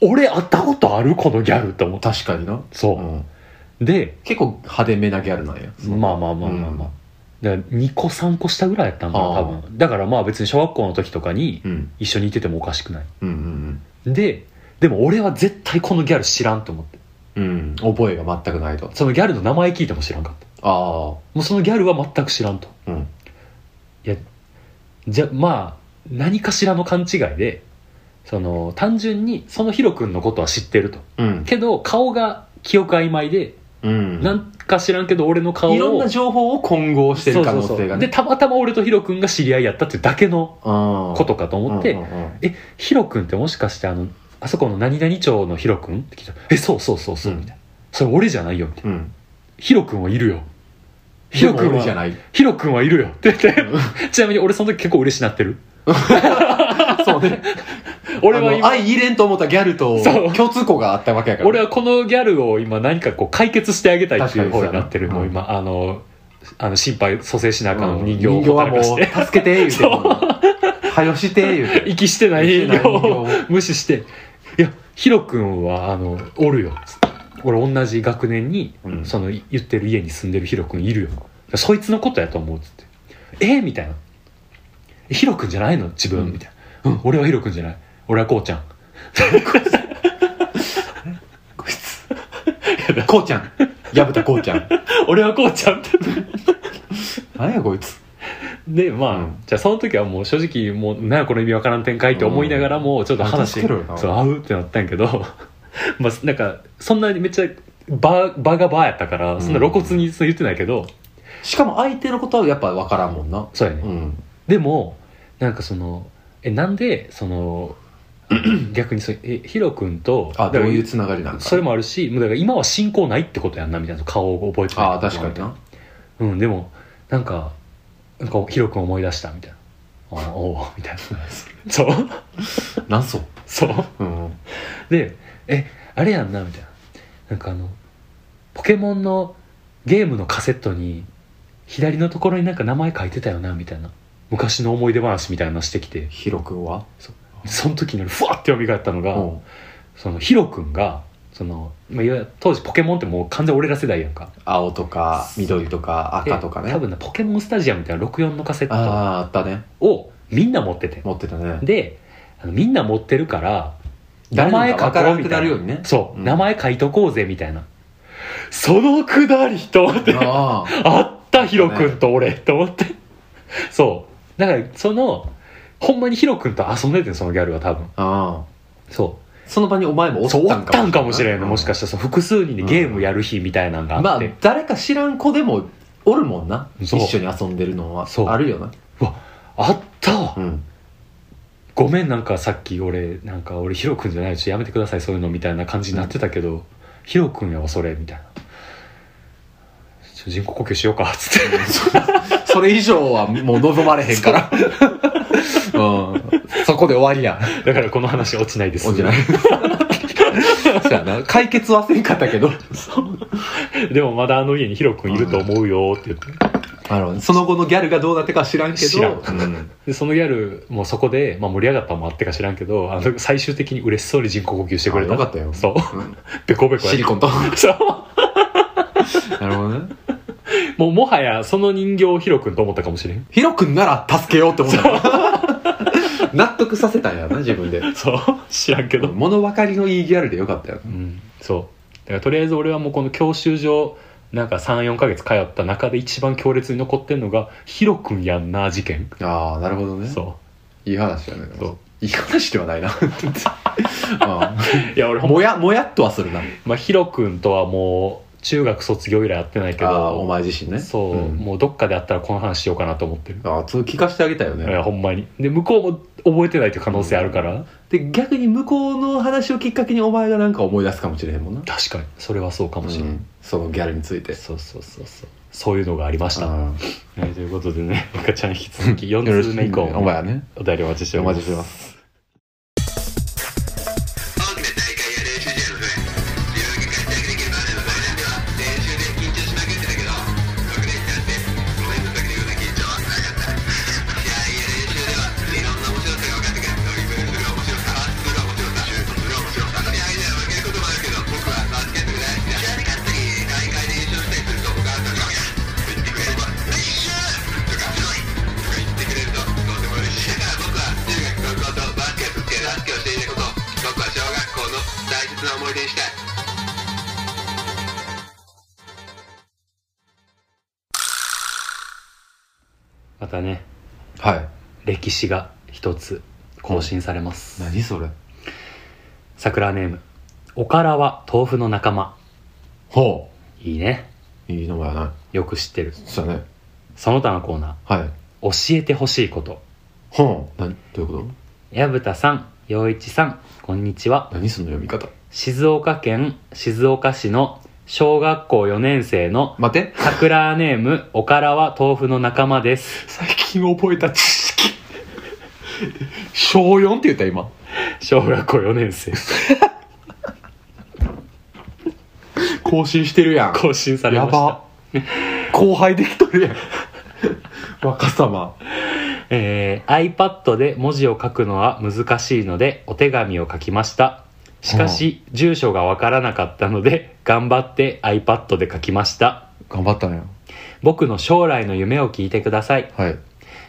Speaker 1: 俺会ったことあるこのギャルと思った
Speaker 2: 確かにな、
Speaker 1: そうう、
Speaker 2: ん、
Speaker 1: で
Speaker 2: 結構派手めなギャルなんや
Speaker 1: まあまあまあまあまあ、だから2個3個下ぐらいやったんかな多
Speaker 2: あ
Speaker 1: 分だからまあ別に小学校の時とかに
Speaker 2: うん
Speaker 1: 一緒にいててもおかしくない
Speaker 2: うんうん
Speaker 1: ででも俺は絶対このギャル知らんと思って
Speaker 2: うん、うん、覚えが全くないと
Speaker 1: そのギャルの名前聞いても知らんかった
Speaker 2: あ
Speaker 1: もうそのギャルは全く知らんと
Speaker 2: あうん
Speaker 1: いやじゃまあ何かしらの勘違いでその単純にそのヒロ君のことは知ってると
Speaker 2: うん
Speaker 1: けど顔が記憶曖昧で、
Speaker 2: うん
Speaker 1: なんか知らんけど俺の顔を
Speaker 2: いろんな情報を混合してる可能
Speaker 1: そうそう
Speaker 2: 性
Speaker 1: そ
Speaker 2: が
Speaker 1: うで
Speaker 2: ね
Speaker 1: たまたま俺とヒロ君が知り合いやったっていうだけのこ
Speaker 2: こと
Speaker 1: かと思って、えヒロ君ってもしかしてあのあそこの何々町のヒロ君って聞いたら「えそうそうそうそう」
Speaker 2: うん
Speaker 1: みたいな「それ俺じゃないよ」みたいな
Speaker 2: うん
Speaker 1: 「ヒロ君はいるよ」「ヒ
Speaker 2: ヒ
Speaker 1: ロ
Speaker 2: ロ
Speaker 1: 君
Speaker 2: 君じゃ
Speaker 1: は
Speaker 2: ない
Speaker 1: ヒロ君はいるよ」って言って ちなみに俺その時結構嬉しなってる
Speaker 2: そうね
Speaker 1: 俺は
Speaker 2: あの
Speaker 1: 今
Speaker 2: 相入れんと思ったギャルと
Speaker 1: そう
Speaker 2: 共通項があったわけやから
Speaker 1: 俺はこのギャルを今何かこう解決してあげたいっていう方になってる
Speaker 2: 確
Speaker 1: もう
Speaker 2: かに
Speaker 1: 今あのあの心配蘇生しなあか
Speaker 2: うんん
Speaker 1: 人形を
Speaker 2: 人形は
Speaker 1: 働
Speaker 2: も
Speaker 1: か
Speaker 2: う
Speaker 1: し て
Speaker 2: 助けて言うて
Speaker 1: そ
Speaker 2: はよして言うて
Speaker 1: 息してない人形
Speaker 2: 人形
Speaker 1: を
Speaker 2: を
Speaker 1: 無視して「いやヒロ君はあのおるよ」つって俺同じ学年に、
Speaker 2: うん
Speaker 1: そのい言ってる家に住んでるヒロ君いるよそいつのことやと思うっつって「えみたいな「ヒロ君じゃないの自分」
Speaker 2: うん
Speaker 1: みたいな「うん俺はヒロ君じゃない俺はこうちゃん」
Speaker 2: こいつこうちゃん薮田こうちゃん
Speaker 1: 「 俺はこうちゃん」って
Speaker 2: 何やこいつ
Speaker 1: でまあ、
Speaker 2: うん
Speaker 1: じゃあその時はもう正直もうなんやこの意味わからん展開って思いながらもちょっと話、
Speaker 2: 助けろよな
Speaker 1: そう合うってなったんやけど まあなんかそんなにめっちゃバーバーがバーやったからそんな露骨にそう言ってないけど、
Speaker 2: しかも相手のことはやっぱ分からんもんな
Speaker 1: そうやね、
Speaker 2: うん
Speaker 1: でもなんかそのえなんでそ の逆にそうえヒロ君と
Speaker 2: あど
Speaker 1: だ
Speaker 2: う
Speaker 1: から
Speaker 2: いうつながりなんか
Speaker 1: それもあるしもうだから今は進行ないってことやんなみたいな顔を覚えてない
Speaker 2: ああ確かにな
Speaker 1: うんでもなんかなんかヒロ君思い出したみたいなあおおみたいな そう
Speaker 2: なんそ
Speaker 1: そう
Speaker 2: うん
Speaker 1: でえあれやんなみたいななんかあのポケモンのゲームのカセットに左のところになんか名前書いてたよなみたいな昔の思い出話みたいなのしてきて
Speaker 2: ヒロ君は
Speaker 1: その時にふわって蘇ったの
Speaker 2: う
Speaker 1: が、
Speaker 2: ん
Speaker 1: そのヒロ君がその、まあ、いわゆる当時ポケモンってもう完全俺ら世代やんか
Speaker 2: 青とか緑とか赤とか
Speaker 1: で
Speaker 2: ね
Speaker 1: 多分なポケモンスタジアムみたいな64のカセ
Speaker 2: あ
Speaker 1: ッ
Speaker 2: ああったね
Speaker 1: トをみんな持ってて
Speaker 2: 持ってたね
Speaker 1: であのみんな持ってるから名前書こ
Speaker 2: わから
Speaker 1: うんみ
Speaker 2: く
Speaker 1: た
Speaker 2: ないるよう
Speaker 1: な
Speaker 2: にね
Speaker 1: そう、
Speaker 2: うん
Speaker 1: 名前書いとこうぜみたいなそのくだりと思って
Speaker 2: ああ
Speaker 1: あったヒロ君と俺と思ってそうだからそのほんまにヒロ君と遊んでてんそのギャルは多分
Speaker 2: あ
Speaker 1: そ
Speaker 2: あその場にお前もお
Speaker 1: う
Speaker 2: った
Speaker 1: そうお
Speaker 2: ん
Speaker 1: ったんか
Speaker 2: か
Speaker 1: も
Speaker 2: も
Speaker 1: し
Speaker 2: し
Speaker 1: れ
Speaker 2: れ
Speaker 1: ん
Speaker 2: ん
Speaker 1: ね
Speaker 2: な
Speaker 1: もしかしたらそう複数人でゲームやる日みたいなんが
Speaker 2: ま
Speaker 1: あっ
Speaker 2: あ
Speaker 1: て、
Speaker 2: 誰か知らん子でもおるもんな
Speaker 1: そ
Speaker 2: 一
Speaker 1: う
Speaker 2: 緒に遊んでるのは
Speaker 1: そう
Speaker 2: あるよな
Speaker 1: あったわ
Speaker 2: うん
Speaker 1: ごめんなんかさっき俺なんか俺ヒロ君じゃないしやめてくださいそういうのみたいな感じになってたけど、ヒロ君やわそれみたいなちょ人工呼吸しようかっつって
Speaker 2: そそれ以上はもう望まれへん から。うん。そこで終わりや。
Speaker 1: だからこの話落ちないです
Speaker 2: おじない。そうやな。解決はせんかったけど。
Speaker 1: でもまだあの家にヒロ君いると思うよって言って
Speaker 2: あの、その後のギャルがどうなってかは知らんけど。
Speaker 1: 知らん
Speaker 2: うん
Speaker 1: でそのギャルもそこで、まあ、盛り上がったのもあってか知らんけどあの最終的に嬉しそうに人工呼吸してくれた
Speaker 2: あよかったよ
Speaker 1: そう
Speaker 2: うん
Speaker 1: ベコベコや
Speaker 2: シリコンと。
Speaker 1: そう
Speaker 2: なるほどね。
Speaker 1: もうもはやその人形をヒロ君と思ったかもしれん
Speaker 2: ヒロ君なら助けようって思った。 納得させたんやな、自分で。
Speaker 1: そう知らんけど、
Speaker 2: 物分かりのいいギャルでよかったよ。
Speaker 1: うん、そうだからとりあえず俺はもうこの教習所なんか34ヶ月通った中で一番強烈に残ってんのがヒロ君やんな事件
Speaker 2: ああ、なるほどね。
Speaker 1: そ
Speaker 2: いい話だね。で
Speaker 1: そ
Speaker 2: も
Speaker 1: う
Speaker 2: いい話ではないな。 う
Speaker 1: ういや俺ほ
Speaker 2: ん
Speaker 1: んま、
Speaker 2: もや、もやっとはするな。
Speaker 1: まあ、ヒロ君とはもう中学卒業以来会ってないけ
Speaker 2: ああ
Speaker 1: ど
Speaker 2: お前自身ね
Speaker 1: そう、
Speaker 2: ん
Speaker 1: もうどっかで会ったらこの話しようかなと思ってる
Speaker 2: ああそう聞かせてあげたいよ
Speaker 1: い
Speaker 2: ね
Speaker 1: やほんまにで向こうも覚えてないという可能性あるから、
Speaker 2: で逆に向こうの話をきっかけにお前がなんか思い出すかもしれへんもんな
Speaker 1: 確かにそれはそうかもしれない、
Speaker 2: うんそのギャルについて
Speaker 1: そうそうそうそうそういうのがありました、
Speaker 2: あ
Speaker 1: はい、ということでね 赤ちゃん引き続き
Speaker 2: あよ
Speaker 1: 4
Speaker 2: ろ
Speaker 1: 通
Speaker 2: し
Speaker 1: 目以
Speaker 2: く
Speaker 1: 降
Speaker 2: お前はね
Speaker 1: お便りお待ちしてお
Speaker 2: お
Speaker 1: ります
Speaker 2: 待ちしてます
Speaker 3: 大きな大会や練習試合の増え自分が活躍できる場面の場面では練習で緊張しまくってたけど6年経って5年の時のような緊張はなかったいやいや練習ではいろんな面白さが分かってくるドリブルする面白さパスする面白さシュートする面白さいやいや負けることもあるけど僕はバスケットが大好きだ試合に勝ったり大会で優勝したりすると他の人が言ってくれれば「ナイス!」とか「すごい!」とか言ってくれるととても嬉しいだから僕は中学高校とバスケ部でバスケをしていたこと僕は小学校の大切な思い出にしたい
Speaker 1: またね
Speaker 2: はい
Speaker 1: 歴史が一つ更新されます、
Speaker 2: 何それ
Speaker 1: 桜ネームおからは豆腐の仲間
Speaker 2: ほ
Speaker 1: いいね
Speaker 2: ういい名前やな
Speaker 1: よく知ってる
Speaker 2: そうやね
Speaker 1: その他のコーナ
Speaker 2: はい
Speaker 1: ー教えてほしいこと
Speaker 2: ほう何どういうこと
Speaker 1: 薮田さん陽一さんこんにちは
Speaker 2: 何その読み方
Speaker 1: 静岡県静岡市の小学校4年生の
Speaker 2: 待って
Speaker 1: 桜ネームおからは豆腐の仲間です
Speaker 2: 最近覚えた知識小4って言った今
Speaker 1: 小学校4年生
Speaker 2: 更新してるやん
Speaker 1: 更新され
Speaker 2: や
Speaker 1: ました
Speaker 2: ば後輩できとるやん若さま
Speaker 1: えー iPad で文字を書くのは難しいのでお手紙を書きましたしかし、住所がわからなかったので頑張って iPad で書きました
Speaker 2: 頑張ったね
Speaker 1: 僕の将来の夢を聞いてください
Speaker 2: はい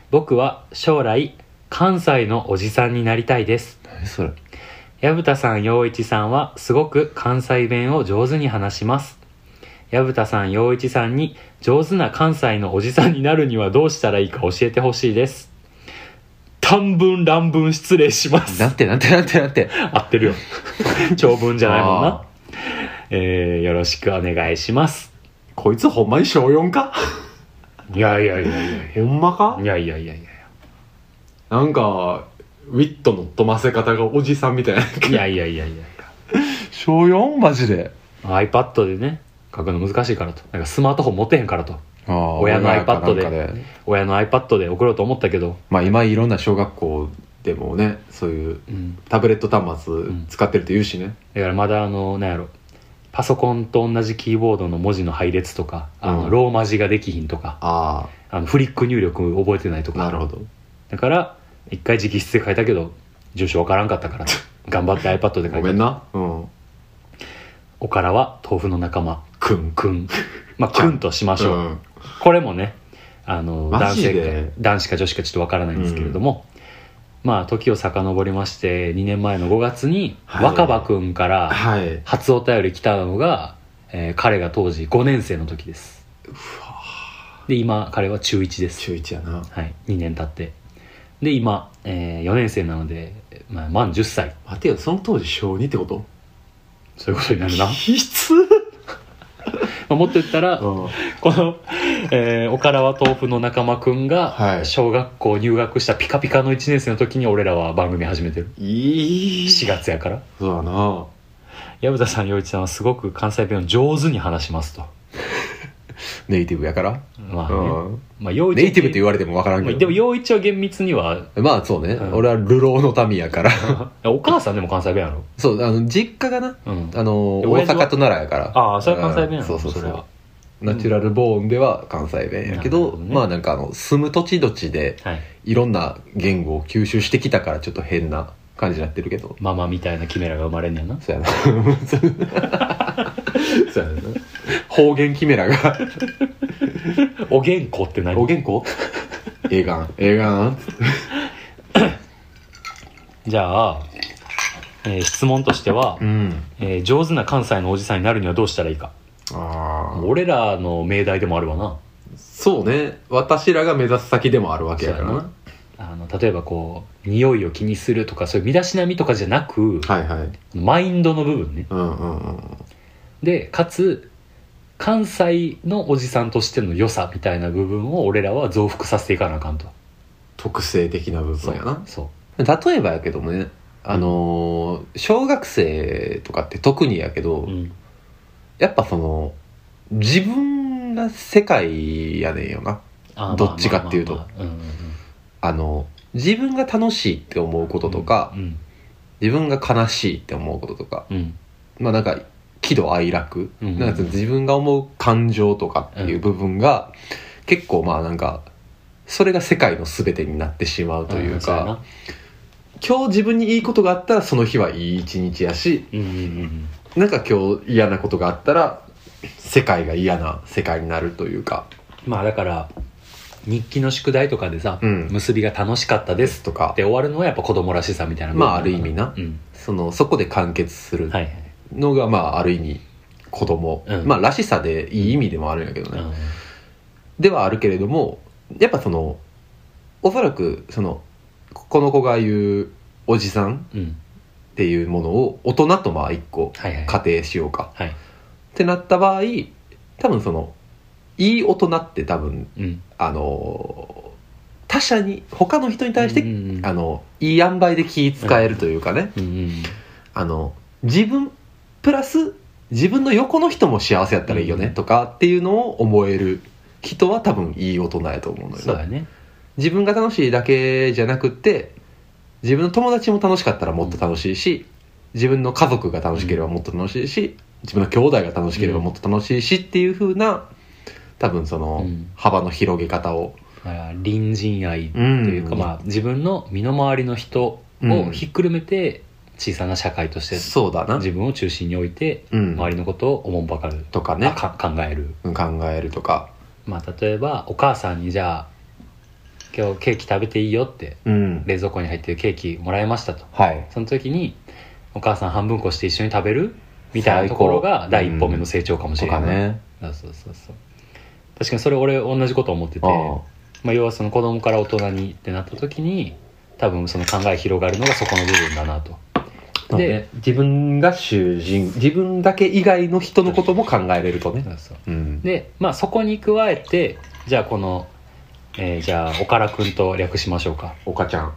Speaker 1: 僕は将来関西のおじさんになりたいです
Speaker 2: 何それ
Speaker 1: 薮田さん陽一さんはすごく関西弁を上手に話します薮田さん陽一さんに上手な関西のおじさんになるにはどうしたらいいか教えてほしいです短文乱文失礼します
Speaker 2: なんてなんてなんてなんて
Speaker 1: 合って るよ長文じゃないもん
Speaker 2: あ
Speaker 1: な、えー、よろしくお願いします
Speaker 2: こいつほんまに小4か
Speaker 1: いやいやいやいや
Speaker 2: ほんまか
Speaker 1: いやいやいやいや
Speaker 2: なんかウィットの飛ませ方がおじさんみたいない
Speaker 1: やいやいやいや
Speaker 2: 小 4? マジで
Speaker 1: iPad でね書くの難しいからとなんかスマートフォン持てへんからと
Speaker 2: ああ
Speaker 1: 親の
Speaker 2: 親か
Speaker 1: iPad で
Speaker 2: なんか
Speaker 1: 親の iPad で送ろうと思ったけど、
Speaker 2: まあ今いろんな小学校でもねそういう
Speaker 1: うん、
Speaker 2: タブレット端末
Speaker 1: ん
Speaker 2: 使ってるって言うしね、
Speaker 1: だからまだあのなんやろパソコンと同じキーボードの文字の配列とかあの、
Speaker 2: うん
Speaker 1: ローマ字ができひんとか
Speaker 2: あ
Speaker 1: あのフリック入力覚えてないと
Speaker 2: あ
Speaker 1: か
Speaker 2: なるほど
Speaker 1: だから一回直筆で書いたけど住所わからんかった から頑張って iPad で書
Speaker 2: ご
Speaker 1: い
Speaker 2: め
Speaker 1: た
Speaker 2: んなうん
Speaker 1: おからは豆腐の仲間
Speaker 2: くん
Speaker 1: くんまあくんとしましょう、
Speaker 2: うん
Speaker 1: これもねあの
Speaker 2: マ
Speaker 1: 男
Speaker 2: ジで
Speaker 1: 性か男子か女子かちょっとわからないんですけれども、まあ時を遡りまして2年前の5月に
Speaker 2: はい
Speaker 1: 若葉くんから
Speaker 2: はい
Speaker 1: 初お便り来たのが、えー彼が当時5年生の時ですで今彼は中1です
Speaker 2: 中1やな
Speaker 1: はい2年経ってで今、え4年生なので、まあ、満10歳
Speaker 2: 待てよその当時小2ってこと
Speaker 1: そういうことになるな、ま
Speaker 2: きつ
Speaker 1: あ、もっと言ったら
Speaker 2: うん
Speaker 1: この、えー、おからは豆腐の仲間くん
Speaker 2: は
Speaker 1: が
Speaker 2: い
Speaker 1: 小学校入学したピカピカの1年生の時に俺らは番組始めてる
Speaker 2: いい
Speaker 1: 4月やから
Speaker 2: そうだな
Speaker 1: 薮田さん陽一さんはすごく関西弁を上手に話しますと
Speaker 2: ネイティブやから、
Speaker 1: まあね、
Speaker 2: うん、
Speaker 1: まあ陽一
Speaker 2: ネイティブって言われても分からんけど
Speaker 1: でも陽一は厳密には
Speaker 2: まあそうね、
Speaker 1: うん
Speaker 2: 俺は流浪の民やから
Speaker 1: お母さんでも関西弁やろ
Speaker 2: そうあの実家がな
Speaker 1: うん
Speaker 2: あの
Speaker 1: 親
Speaker 2: 大
Speaker 1: 父は
Speaker 2: 阪と奈良やから
Speaker 1: ああそれは関西弁やろ、
Speaker 2: うんそうそうそう
Speaker 1: れは
Speaker 2: ナチュラルボーンでは関西弁やけ
Speaker 1: なる
Speaker 2: ど
Speaker 1: ほどね
Speaker 2: まあなんかあの住む土地土地で
Speaker 1: はい
Speaker 2: いろんな言語を吸収してきたからちょっと変な感じになってるけど
Speaker 1: ママみたいなキメラが生まれんねやな
Speaker 2: そうやな そうやな方言キメラが
Speaker 1: おげんこって何
Speaker 2: おげんこええがんええがん
Speaker 1: じゃあ、えー質問としては、
Speaker 2: うん
Speaker 1: えー上手な関西のおじさんになるにはどうしたらいいか
Speaker 2: ああ
Speaker 1: 俺らの命題でもあるわな
Speaker 2: そうね私らが目指す先でもあるわけやから
Speaker 1: そうやあの例えばこう匂いを気にするとかそういう身だしなみとかじゃなく、
Speaker 2: はいはい
Speaker 1: マインドの部分ね
Speaker 2: うんうんうん
Speaker 1: でかつ関西のおじさんとしての良さみたいな部分を俺らは増幅させていかなあかんと
Speaker 2: 特性的な部分やな
Speaker 1: そう
Speaker 2: 例えばやけどもねあのー小学生とかって特にやけど、
Speaker 1: そう、うん、
Speaker 2: やっぱその自分が世界やねんよな
Speaker 1: あー
Speaker 2: どっちかっていうと
Speaker 1: まあまあまあま
Speaker 2: あの自分が楽しいって思うこと
Speaker 1: あ
Speaker 2: とか、
Speaker 1: うん
Speaker 2: 自分が悲しいって思うこととか
Speaker 1: うん
Speaker 2: まあなんか喜怒哀楽、
Speaker 1: うん
Speaker 2: なんか自分が思う感情とかっていう部分が、結構まあなんかそれが世界の全てになってしまうという
Speaker 1: そや
Speaker 2: か、
Speaker 1: な
Speaker 2: 今日自分にいいことがあったらその日はいい一日やし
Speaker 1: うんうんうん
Speaker 2: なんか今日嫌なことがあったら世界が嫌な世界になるというか
Speaker 1: まあだから日記の宿題とかでさ、
Speaker 2: うん
Speaker 1: 結びが楽しかったです
Speaker 2: とか
Speaker 1: って終わるのはやっぱ子供らしさみたいな
Speaker 2: まあある意味な
Speaker 1: うん
Speaker 2: そのそこで完結する
Speaker 1: はいはい、
Speaker 2: のがまあある意味子供、
Speaker 1: うん
Speaker 2: まあらしさでいい意味でもあるんやけどね、
Speaker 1: うん
Speaker 2: ではあるけれどもやっぱそのおそらくそのここの子が言うおじさん
Speaker 1: うん
Speaker 2: っていうものを大人とまあ一個
Speaker 1: はいはい
Speaker 2: 仮定しようか
Speaker 1: はい
Speaker 2: ってなった場合多分そのいい大人って多分
Speaker 1: うん
Speaker 2: あの他者に他の人に対して、
Speaker 1: うんうん
Speaker 2: あのいい塩梅で気使えるというかね、
Speaker 1: うんうん
Speaker 2: あの自分プラス自分の横の人も幸せやったらいいよ
Speaker 1: う
Speaker 2: ね
Speaker 1: ん
Speaker 2: とかっていうのを思える人は多分いい大人やと思うのよ
Speaker 1: そう
Speaker 2: な
Speaker 1: だね
Speaker 2: 自分が楽しいだけじゃなくって自分の友達も楽しかったらもっと楽しいし自分の家族が楽しければもっと楽しいし自分の兄弟が楽しければもっと楽しいしっていう風な多分その
Speaker 1: うん
Speaker 2: 幅の広げ方を
Speaker 1: だから隣人愛
Speaker 2: と
Speaker 1: と
Speaker 2: い
Speaker 1: いうう
Speaker 2: か
Speaker 1: か、
Speaker 2: ま
Speaker 1: まあ自分の身の回りの人をひっくるめて小さな社会とし
Speaker 2: あ
Speaker 1: て
Speaker 2: そうだな
Speaker 1: 自分を中心に置いて
Speaker 2: うん
Speaker 1: 周りのことをおもんばかる、
Speaker 2: とか
Speaker 1: あ
Speaker 2: ね
Speaker 1: か考える
Speaker 2: 考えるとか
Speaker 1: まあ例えばお母さんにじゃあ今日ケーキ食べていいよって
Speaker 2: うん
Speaker 1: 冷蔵庫に入ってるケーキもらいましたと
Speaker 2: はい
Speaker 1: その時にお母さん半分こして一緒に食べるみたいなところが
Speaker 2: 最高
Speaker 1: 第一歩目の成長かもし
Speaker 2: と
Speaker 1: れな
Speaker 2: か
Speaker 1: い、
Speaker 2: ね
Speaker 1: そうそうそうそう確かにそれ俺同じこと思ってて
Speaker 2: ああ
Speaker 1: まあ、要はその子供から大人にってなった時に多分その考え広がるのがそこの部分だなと
Speaker 2: で、
Speaker 1: で
Speaker 2: 自分が囚人自分だけ以外の人のことも考えれるとね、
Speaker 1: そうそう
Speaker 2: うん、
Speaker 1: で、まあ、そこに加えてじゃあこの、えーじゃあおからくんと略しましょう か
Speaker 2: おかちゃん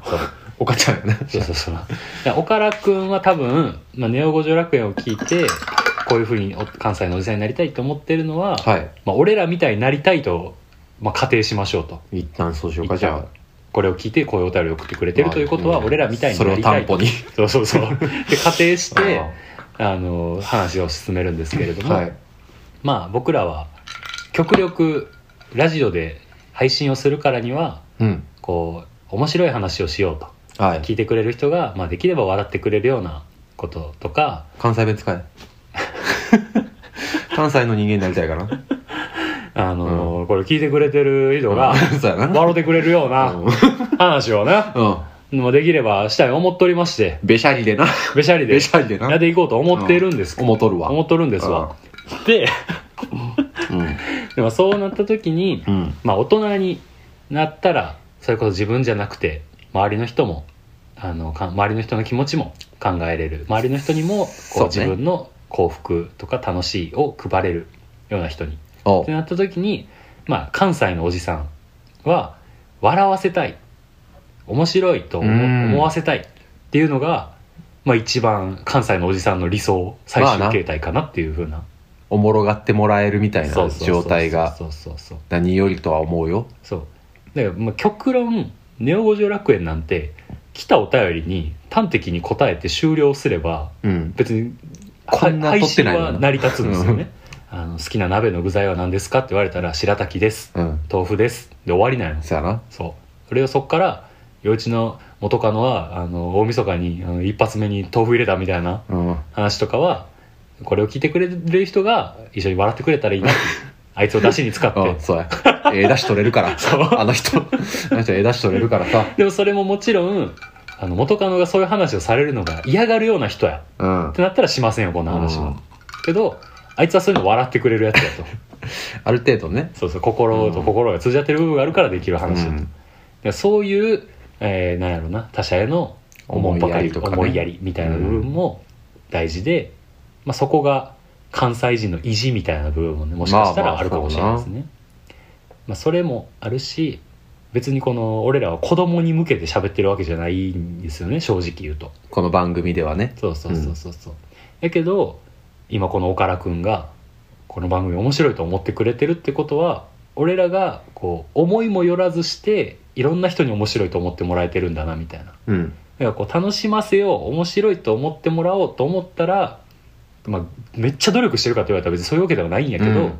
Speaker 2: おかちゃんやな
Speaker 1: そうそうそうでおからくんは多分、まあ、ネオ五条楽園を聞いてこういうふうにお関西のおじさんになりたいと思ってるのは、
Speaker 2: はい
Speaker 1: まあ、俺らみたいになりたいと、まあ、仮定しましょうと
Speaker 2: 一旦そうしようかじゃあ
Speaker 1: これを聞いてこういうお便りを送ってくれてるということは
Speaker 2: まあ
Speaker 1: 俺らみたいに
Speaker 2: それ
Speaker 1: な
Speaker 2: を
Speaker 1: りた
Speaker 2: 担
Speaker 1: い
Speaker 2: 保
Speaker 1: と
Speaker 2: に
Speaker 1: そうそうそう で仮定して
Speaker 2: あ
Speaker 1: あの話を進めるんですけれど
Speaker 2: あ
Speaker 1: も、
Speaker 2: はい
Speaker 1: まあ僕らは極力ラジオで配信をするからには
Speaker 2: うん
Speaker 1: こう面白い話をしようと
Speaker 2: はい
Speaker 1: 聞いてくれる人が、まあ、できれば笑ってくれるようなこととか
Speaker 2: 関西弁使 え関西の人間になりたいからな
Speaker 1: あの、これ聞いてくれてる人が
Speaker 2: うんそうやな
Speaker 1: 笑ってくれるような
Speaker 2: うん
Speaker 1: 話をね
Speaker 2: うん
Speaker 1: まあできればしたい思っておりまして、
Speaker 2: べしゃりでな。
Speaker 1: べしゃりで
Speaker 2: べしゃりでな
Speaker 1: やっ。ていこうと思ってるんですけど
Speaker 2: 思とるわ。
Speaker 1: 思っとるんですわ。で、
Speaker 2: うん。
Speaker 1: でもそうなった時に、
Speaker 2: うん。
Speaker 1: まあ大人になったら、それこそ自分じゃなくて、周りの人も、あの、か周りの人の気持ちも考えれる。周りの人にも、こう
Speaker 2: そうね
Speaker 1: 自分の幸福とか楽しいを配れるような人に。
Speaker 2: お
Speaker 1: っ
Speaker 2: う
Speaker 1: てなった時に、まあ、関西のおじさんは笑わせたい面白いと思
Speaker 2: うん
Speaker 1: 思わせたいっていうのが、まあ、一番関西のおじさんの理想最
Speaker 2: まあ
Speaker 1: 終
Speaker 2: な
Speaker 1: 形態かなっていうふうな
Speaker 2: おもろがってもらえるみたい
Speaker 1: そ
Speaker 2: な
Speaker 1: うそうそう
Speaker 2: 状態が
Speaker 1: そうそうそう
Speaker 2: 何よりとは思うよ。
Speaker 1: そうだからまあ極論「ネオ五条楽園」なんて来たお便りに端的に答えて終了すれば
Speaker 2: うん。
Speaker 1: 別に
Speaker 2: こんな
Speaker 1: 配
Speaker 2: 撮って
Speaker 1: 信
Speaker 2: ないの
Speaker 1: は成り立つんですよねあの好きな鍋の具材は何ですかって言われたら白滝です
Speaker 2: うん。
Speaker 1: 豆腐ですで終わりなの
Speaker 2: そやな。
Speaker 1: そうそれをそっから余一の元カノはあの大晦日にあの一発目に豆腐入れたみたいな
Speaker 2: うん。
Speaker 1: 話とかはこれを聞いてくれる人が一緒に笑ってくれたらいいなって あいつを出汁に使っ
Speaker 2: う
Speaker 1: て
Speaker 2: ん、そうや。ええ出し取れるから。あの人。あの人、ええ出し取れるからさ。
Speaker 1: でもそれももちろんあの元カノがそういう話をされるのが嫌がるような人や
Speaker 2: うん
Speaker 1: っ。てなったらしませんよこんな話
Speaker 2: う
Speaker 1: は
Speaker 2: ん
Speaker 1: けどあいつはそういうの笑ってくれるやつだと
Speaker 2: ある程度ね。
Speaker 1: そうそう心と心が通じ合ってる部分があるからできる
Speaker 2: う
Speaker 1: 話だと、
Speaker 2: ん。
Speaker 1: でそういう、えーなんやろな他者への思
Speaker 2: 思
Speaker 1: い
Speaker 2: い
Speaker 1: や
Speaker 2: や
Speaker 1: り
Speaker 2: りとかね
Speaker 1: 思いやりみたいな部分も大事で、まあ、そこが関西人の意地みたいな部分もねもしかした
Speaker 2: まあ
Speaker 1: ら
Speaker 2: まあ
Speaker 1: あるかもしれないですね、まあそれもあるし別にこの俺らは子供に向けて喋ってるわけじゃないんですよね正直言うと
Speaker 2: この番組ではね。
Speaker 1: そうそうそうそうそうやけど今この岡田君がこの番組面白いと思ってくれてるってことは俺らがこう思いもよらずしていろんな人に面白いと思ってもらえてるんだなみたいなだか
Speaker 2: うん。
Speaker 1: らこう楽しませよう面白いと思ってもらおうと思ったら、まあ、めっちゃ努力してるかと言われたら別にそういうわけではないんやけど、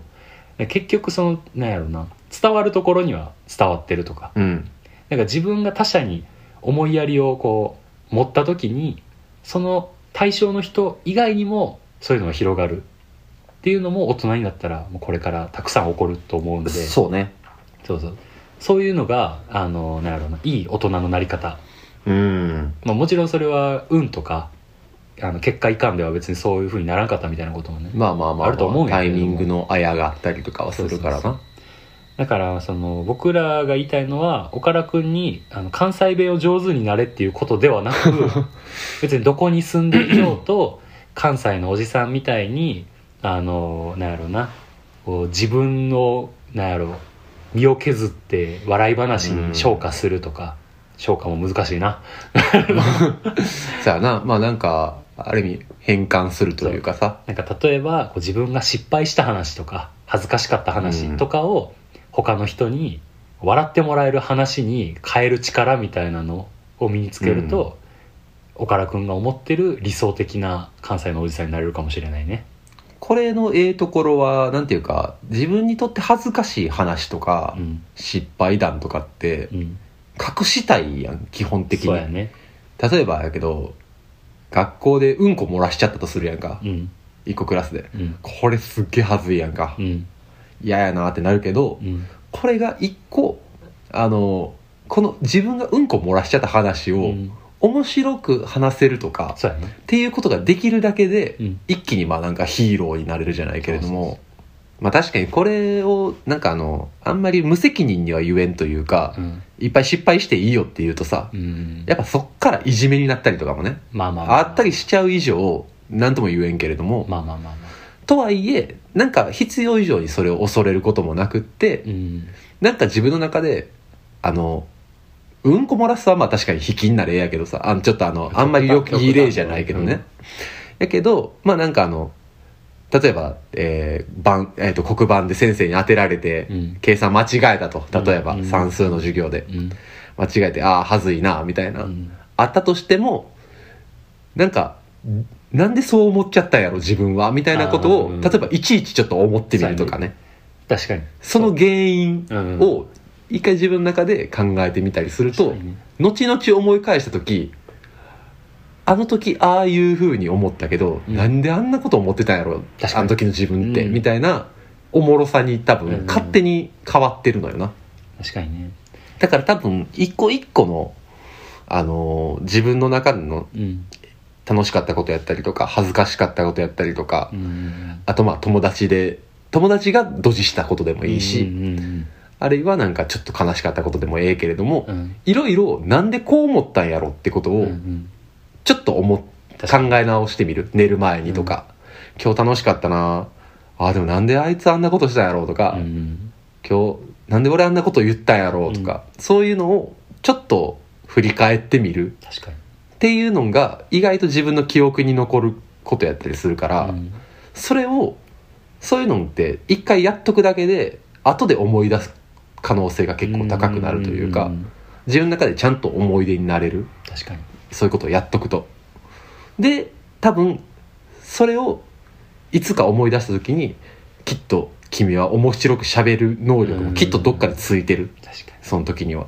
Speaker 1: 結局そのなんやろな伝わるところには伝わってるとか
Speaker 2: うん。
Speaker 1: なんか自分が他者に思いやりをこう持った時にその対象の人以外にもそういうのが広がるっていうのも大人になったらもうこれからたくさん起こると思うんでそう
Speaker 2: そうね。
Speaker 1: そうそういうのがあのなんやろうないい大人のなり方、
Speaker 2: うん。
Speaker 1: まあ、もちろんそれは運とかあの結果いかんでは別にそういうふうにならんかったみたいなこともね
Speaker 2: まあまあまあまあ、
Speaker 1: あると思うんや
Speaker 2: タ
Speaker 1: け
Speaker 2: イ
Speaker 1: れども
Speaker 2: ミングのあやがあったりとかはするから
Speaker 1: そうそう
Speaker 2: な。
Speaker 1: だからその僕らが言いたいのは岡田君にあの関西弁を上手になれっていうことではなく別にどこに住んでいようと関西のおじさんみたいにあのなんやろなこう自分のなんやろ身を削って笑い話に昇華するとか、昇華も難しいな
Speaker 2: さあな、まあなんか、ある意味変換するというかさ。
Speaker 1: なんか例えばこう自分が失敗した話とか恥ずかしかった話とかを他の人に笑ってもらえる話に変える力みたいなのを身につけると、岡田君が思ってる理想的な関西のおじさんになれるかもしれないね。
Speaker 2: これのええところは、なんていうか、自分にとって恥ずかしい話とか、
Speaker 1: うん
Speaker 2: 失敗談とかって
Speaker 1: う、ん、
Speaker 2: 隠したいやん、基本的
Speaker 1: そうや
Speaker 2: に。
Speaker 1: ね、
Speaker 2: 例えばやけど、学校でうんこ漏らしちゃったとするやんか
Speaker 1: う。ん
Speaker 2: 一個クラスで。
Speaker 1: うん
Speaker 2: これすっげえ恥ずいやんか
Speaker 1: う。ん
Speaker 2: 嫌やなってなるけど、
Speaker 1: うん
Speaker 2: これが一個あのこの自分がうんこ漏らしちゃった話
Speaker 1: う
Speaker 2: を
Speaker 1: ん
Speaker 2: 面白く話せるとか、
Speaker 1: そうやね、
Speaker 2: っていうことができるだけで、
Speaker 1: うん
Speaker 2: 一気にまあなんかヒーローになれるじゃないけれども
Speaker 1: そうそう
Speaker 2: まあ確かにこれをなんかあのあんまり無責任には言えんというか、
Speaker 1: うん
Speaker 2: いっぱい失敗していいよって言うとさ、
Speaker 1: うん、
Speaker 2: やっぱそっからいじめになったりとかもね、
Speaker 1: まあまあま
Speaker 2: あったりしちゃう以上何とも言えんけれども、
Speaker 1: まあまあまあま
Speaker 2: とはいえなんか必要以上にそれを恐れることもなくって、
Speaker 1: あ、うん、
Speaker 2: なんか自分の中で、あの、うんこ漏らすはまあ確かに引きになるえやけどさ、あのちょっとあの、あんまりよ
Speaker 1: 極
Speaker 2: く
Speaker 1: 端
Speaker 2: いい例じゃないけど
Speaker 1: うん
Speaker 2: ね。やけど、まあなんかあの、例えば、えー、番、えっ、と、黒板で先生に当てられて、
Speaker 1: うん
Speaker 2: 計算間違えたと。例え
Speaker 1: う
Speaker 2: ば
Speaker 1: ん、
Speaker 2: 算数の授業で。
Speaker 1: うん
Speaker 2: 間違えて、ああ、はずいな、みたいうな。
Speaker 1: ん、
Speaker 2: あったとしても、なんか、なんでそう思っちゃったんやろ、自分は、みたいなこと
Speaker 1: あーう
Speaker 2: を
Speaker 1: ん、
Speaker 2: 例えばいちいちちょっと思ってみるとかね。
Speaker 1: 確かに
Speaker 2: その原因
Speaker 1: うん
Speaker 2: を一回自分の中で考えてみたりすると、
Speaker 1: 確かにね
Speaker 2: 後々思い返した時あの時ああいうふうに思ったけど、
Speaker 1: うん
Speaker 2: なんであんなこと思ってたんやろ
Speaker 1: 確かに
Speaker 2: あの時の自分って、
Speaker 1: うん
Speaker 2: みたいなおもろさに多
Speaker 1: うん
Speaker 2: 分勝手に変わってるのよな
Speaker 1: 確かにね
Speaker 2: だから多分一個一個のあのー自分の中の
Speaker 1: うん
Speaker 2: 楽しかったことやったりとか恥ずかしかったことやったりとか、
Speaker 1: うん
Speaker 2: あとまあ友達で友達がドジしたことでもいいし、
Speaker 1: うん
Speaker 2: あるいはなんかちょっと悲しかったことでもええけれども、
Speaker 1: うんうん
Speaker 2: いろいろなんでこう思ったんやろってこと
Speaker 1: うんう
Speaker 2: を
Speaker 1: ん
Speaker 2: ちょっと思っ
Speaker 1: 確
Speaker 2: 考
Speaker 1: かに
Speaker 2: え直してみる寝る前にとか、今日楽しかったなあーでもなんであいつあんなことしたんやろうとか、
Speaker 1: うん
Speaker 2: 今日なんで俺あんなこと言ったんやろうとか、そういうのをちょっと振り返ってみる
Speaker 1: 確かに
Speaker 2: っていうのが意外と自分の記憶に残ることやったりするから、
Speaker 1: うん
Speaker 2: それをそういうのって一回やっとくだけで後で思い出す可能性が結構高くなるというか、
Speaker 1: んんん
Speaker 2: 自分の中でちゃんと思い出になれる
Speaker 1: 確かに
Speaker 2: そういうことをやっとくとで多分それをいつか思い出した時にきっと君は面白く喋る能力もきっとどっかでついてる
Speaker 1: 確かに
Speaker 2: その時には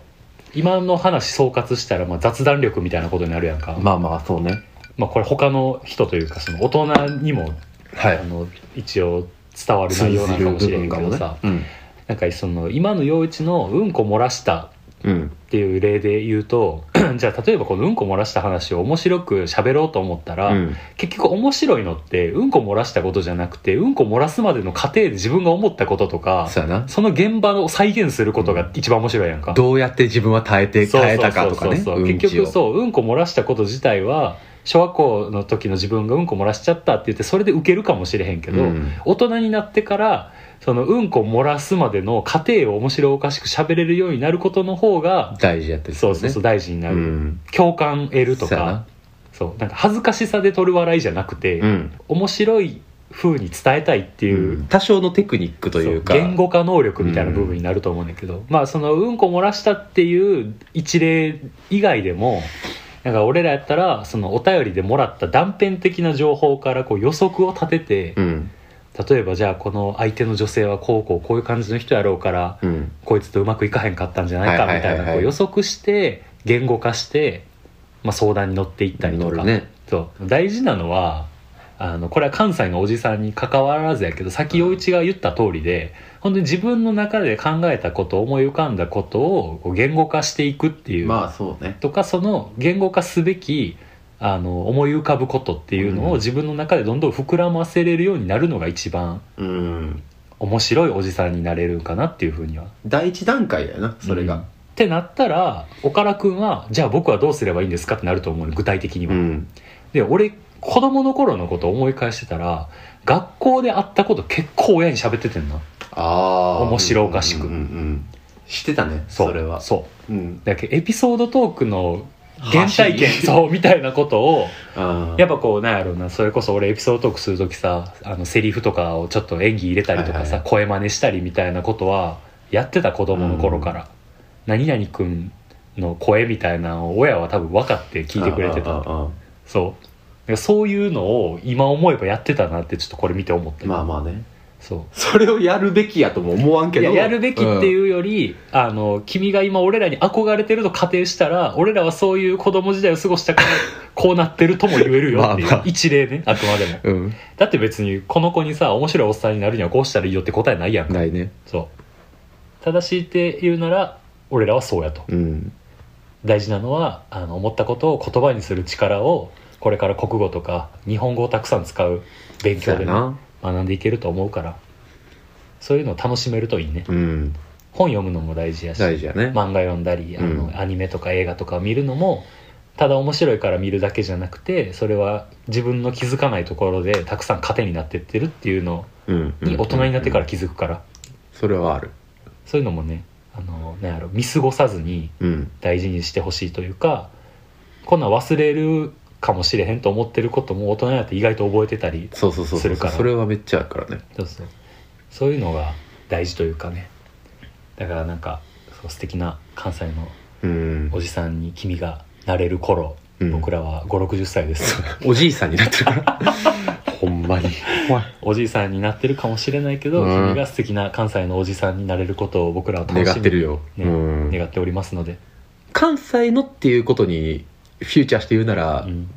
Speaker 1: 今の話総括したらまあ雑談力みたいなことになるやんか、ま
Speaker 2: まあまあそうね
Speaker 1: あ、これ他の人というかその大人にも
Speaker 2: は
Speaker 1: あの一応伝わる内容なのかもしれへんけどさ、
Speaker 2: うん
Speaker 1: なんかその今の陽一のうんこ漏らした
Speaker 2: うん
Speaker 1: っていう例で言うとじゃあ例えばこのうんこ漏らした話を面白く喋ろうと思ったら、
Speaker 2: うん
Speaker 1: 結局面白いのってうんこ漏らしたことじゃなくてうんこ漏らすまでの過程で自分が思ったこととか
Speaker 2: そうやな
Speaker 1: その現場を再現することが一番面白いやんか。
Speaker 2: どうやって自分は耐えて
Speaker 1: そう
Speaker 2: 耐えたかとかね
Speaker 1: そうそうそうそう
Speaker 2: うん
Speaker 1: 結
Speaker 2: ちを
Speaker 1: 局そううんこ漏らしたこと自体は小学校の時の自分がうんこ漏らしちゃったって言ってそれでウケるかもしれへんけど、
Speaker 2: うん
Speaker 1: 大人になってからそのうんこ漏らすまでの過程を面白おかしく喋れるようになることの方が、
Speaker 2: 大事やったりす
Speaker 1: そ
Speaker 2: る
Speaker 1: う
Speaker 2: ね
Speaker 1: そうそう大事になる、
Speaker 2: うん
Speaker 1: 共感得ると
Speaker 2: そうや
Speaker 1: か
Speaker 2: な
Speaker 1: そうなんか恥ずかしさで取る笑いじゃなくて、
Speaker 2: うん
Speaker 1: 面白い風に伝えたいっていう、
Speaker 2: うん多少のテクニックというか
Speaker 1: そう言語化能力みたいな部分になると思うんだけど、まあそのうんこ漏らしたっていう一例以外でもなんか俺らやったらそのお便りでもらった断片的な情報からこう予測を立てて、
Speaker 2: うん
Speaker 1: 例えばじゃあこの相手の女性はこうこうこういう感じの人やろうから
Speaker 2: うん
Speaker 1: こいつとうまくいかへんかったんじゃないか
Speaker 2: はい
Speaker 1: み
Speaker 2: はい
Speaker 1: た
Speaker 2: はいはい
Speaker 1: いなこう予測して言語化して、まあ、相談に乗っていったりと
Speaker 2: 乗る
Speaker 1: か、
Speaker 2: ね
Speaker 1: そう大事なのはあのこれは関西のおじさんに関わらずやけどさっき陽一が言った通りで本当に自分の中で考えたこと思い浮かんだことをこう言語化していくっていう、
Speaker 2: まあそうね
Speaker 1: とかその言語化すべきあの思い浮かぶことっていうの
Speaker 2: うん
Speaker 1: を自分の中でどんどん膨らませれるようになるのが一番
Speaker 2: うん
Speaker 1: 面白いおじさんになれるかなっていうふうには
Speaker 2: 第一段階やな
Speaker 1: うんってなったら岡田君はじゃあ僕はどうすればいいんですかってなると思うの具体的に
Speaker 2: う
Speaker 1: は、
Speaker 2: ん
Speaker 1: で俺子供の頃のこと思い返してたら学校で会ったこと結構親に喋っててんな
Speaker 2: ああ
Speaker 1: 面白おかしく
Speaker 2: うんうんうんしてたね
Speaker 1: う
Speaker 2: それは
Speaker 1: そう
Speaker 2: うん
Speaker 1: だけどエピソードトークの原体験
Speaker 2: 走り
Speaker 1: そうみたいなことを
Speaker 2: あー
Speaker 1: やっぱこうなんやろうなそれこそ俺エピソードトークする時さあのセリフとかをちょっと演技入れたりとか
Speaker 2: はい
Speaker 1: さ、
Speaker 2: はい
Speaker 1: 声真似したりみたいなことはやってた子供の頃から、何々くんの声みたいなのを親は多分分かって聞いてくれて
Speaker 2: あー
Speaker 1: た
Speaker 2: あーあ
Speaker 1: そうだからそういうのを今思えばやってたなってちょっとこれ見て思った、
Speaker 2: ーまあまあね
Speaker 1: そ
Speaker 2: それをやるべきやとも思わん
Speaker 1: う
Speaker 2: け
Speaker 1: い
Speaker 2: ど
Speaker 1: ややるべきって
Speaker 2: う
Speaker 1: いうより、あの君が今俺らに憧れてると仮定したら俺らはそういう子供時代を過ごした からこうなってるとも言えるよっていう
Speaker 2: まあまあ
Speaker 1: 一例ねあくまでも
Speaker 2: んうん
Speaker 1: だって別にこの子にさ面白いおっさんになるにはこうしたらいいよって答えないやんか
Speaker 2: ないね
Speaker 1: そう正しいって言うなら俺らはそうやと
Speaker 2: うん
Speaker 1: 大事なのはあの思ったことを言葉にする力をこれから国語とか日本語をたくさん使う勉
Speaker 2: そう
Speaker 1: 強
Speaker 2: や
Speaker 1: でね、
Speaker 2: な
Speaker 1: 学んでいけると思うからそういうのを楽しめるといいね
Speaker 2: うん
Speaker 1: 本読むのも大事やし
Speaker 2: 大事やね
Speaker 1: 漫画読んだりあの、
Speaker 2: うん
Speaker 1: アニメとか映画とかを見るのもただ面白いから見るだけじゃなくてそれは自分の気づかないところでたくさん糧になってってるっていうの
Speaker 2: うん
Speaker 1: に大人になってか
Speaker 2: う
Speaker 1: ら
Speaker 2: ん
Speaker 1: 気づくから、
Speaker 2: それはある
Speaker 1: そういうのもねあのなんやろ見過ごさずに
Speaker 2: うん
Speaker 1: 大事にしてほしいというかこんなん忘れるかもしれへんと思ってることも大人になって意外と覚えてたり
Speaker 2: そうそうそう
Speaker 1: す
Speaker 2: そ
Speaker 1: る
Speaker 2: う
Speaker 1: から
Speaker 2: それはめっちゃあるからね
Speaker 1: そうそうそういうのが大事というかねだからなんかそう素敵な関西の
Speaker 2: うん
Speaker 1: おじさんに君がなれる頃、
Speaker 2: うん
Speaker 1: 僕らは560歳です
Speaker 2: おじいさんになってるから ほんまに怖い
Speaker 1: おじいさんになってるかもしれないけど、
Speaker 2: うん
Speaker 1: 君が素敵な関西のおじさんになれることを僕らは楽しみに
Speaker 2: 願ってるよ、
Speaker 1: ね
Speaker 2: うん
Speaker 1: 願っておりますので、
Speaker 2: 関西のっていうことにフューチャーして言うなら、
Speaker 1: うん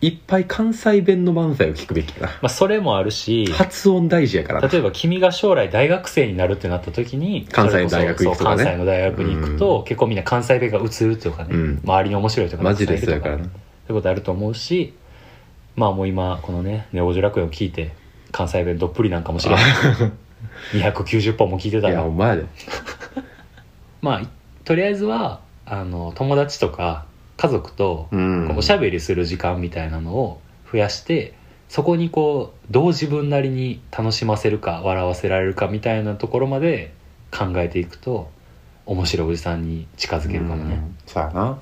Speaker 2: いっぱい関西弁の漫才を聞くべき
Speaker 1: ま
Speaker 2: や
Speaker 1: あ、それもあるし
Speaker 2: な発音大事やからな
Speaker 1: 例えば君が将来大学生になるってなった時に
Speaker 2: 関西の大学行くとかね
Speaker 1: そう関西の大学に行くと、
Speaker 2: うん
Speaker 1: 結構みんな関西弁が映るとかね、
Speaker 2: うん
Speaker 1: 周りに面白いとか
Speaker 2: マジでそう
Speaker 1: 伝え
Speaker 2: や
Speaker 1: ると
Speaker 2: からな
Speaker 1: そういうことあると思うしまあもう今このね「ネオジュ楽園」を聞いて関西弁どっぷりなんかも しれない290本も聞いて
Speaker 2: い
Speaker 1: た
Speaker 2: や
Speaker 1: ら
Speaker 2: お前で
Speaker 1: まあいとりあえずはあの友達とか家族と
Speaker 2: うん
Speaker 1: こうおしゃべりする時間みたいなのを増やしてそこにこうどう自分なりに楽しませるか笑わせられるかみたいなところまで考えていくと面白いおじさんに近づけるかも
Speaker 2: う
Speaker 1: ね
Speaker 2: んそうやな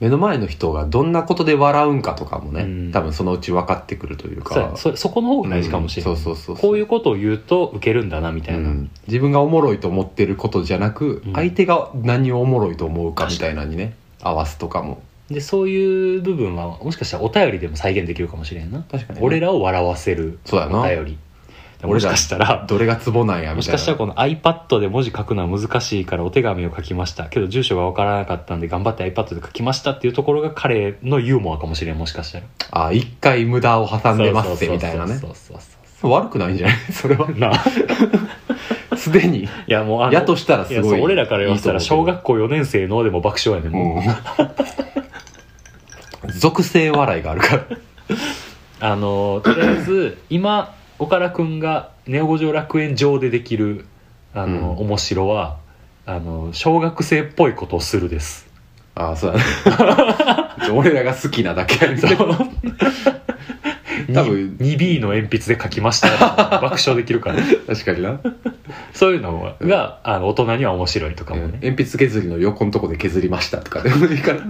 Speaker 2: 目の前の人がどんなことで笑うんかとかもね、
Speaker 1: うん
Speaker 2: 多分そのうち分かってくるというか
Speaker 1: そうやそそこの方が大事かもしれない、
Speaker 2: うんそうそうそう
Speaker 1: こういうことを言うとウケるんだなみたいな、
Speaker 2: うん自分がおもろいと思ってることじゃなく、
Speaker 1: うん
Speaker 2: 相手が何をおもろいと思うかみたいなのにね合わすとかも
Speaker 1: でそういう部分はもしかしたらお便りでも再現できるかもしれんな
Speaker 2: 確かにね
Speaker 1: 俺らを笑わせる
Speaker 2: そうや
Speaker 1: お
Speaker 2: な
Speaker 1: 便りでもしかしたら
Speaker 2: どれがツボなんや
Speaker 1: も
Speaker 2: み
Speaker 1: した
Speaker 2: い
Speaker 1: か
Speaker 2: な
Speaker 1: したらこの iPad で文字書くのは難しいからお手紙を書きましたけど住所がわからなかったんで頑張って iPad で書きましたっていうところが彼のユーモアかもしれんもしかしたら
Speaker 2: あ一回無駄を挟んでますってみたいなね
Speaker 1: そうそうそう
Speaker 2: 悪くないんじゃ ないそれは
Speaker 1: そうなあ
Speaker 2: すでに
Speaker 1: いや もうあの
Speaker 2: やとしたら
Speaker 1: い
Speaker 2: す
Speaker 1: や
Speaker 2: ご
Speaker 1: そ
Speaker 2: いう
Speaker 1: 俺らから言わせたら
Speaker 2: いいと
Speaker 1: 小
Speaker 2: 思うけど
Speaker 1: 学校4年生のでも爆笑やねんもう、
Speaker 2: うん 属性笑いがあるから
Speaker 1: あのとりあえず今岡田君がネオ五条楽園上でできるあの、
Speaker 2: うん
Speaker 1: 面白はあの小学生っぽいことをするです
Speaker 2: ああそうだね 俺らが好きなだけやねんけど 多分
Speaker 1: 2B の鉛筆で書きま したら爆笑できるから
Speaker 2: 確かにな、
Speaker 1: そういうのが、あの大人には面白いとかもね、
Speaker 2: 鉛筆削りの横のとこで削りましたとかでもいいから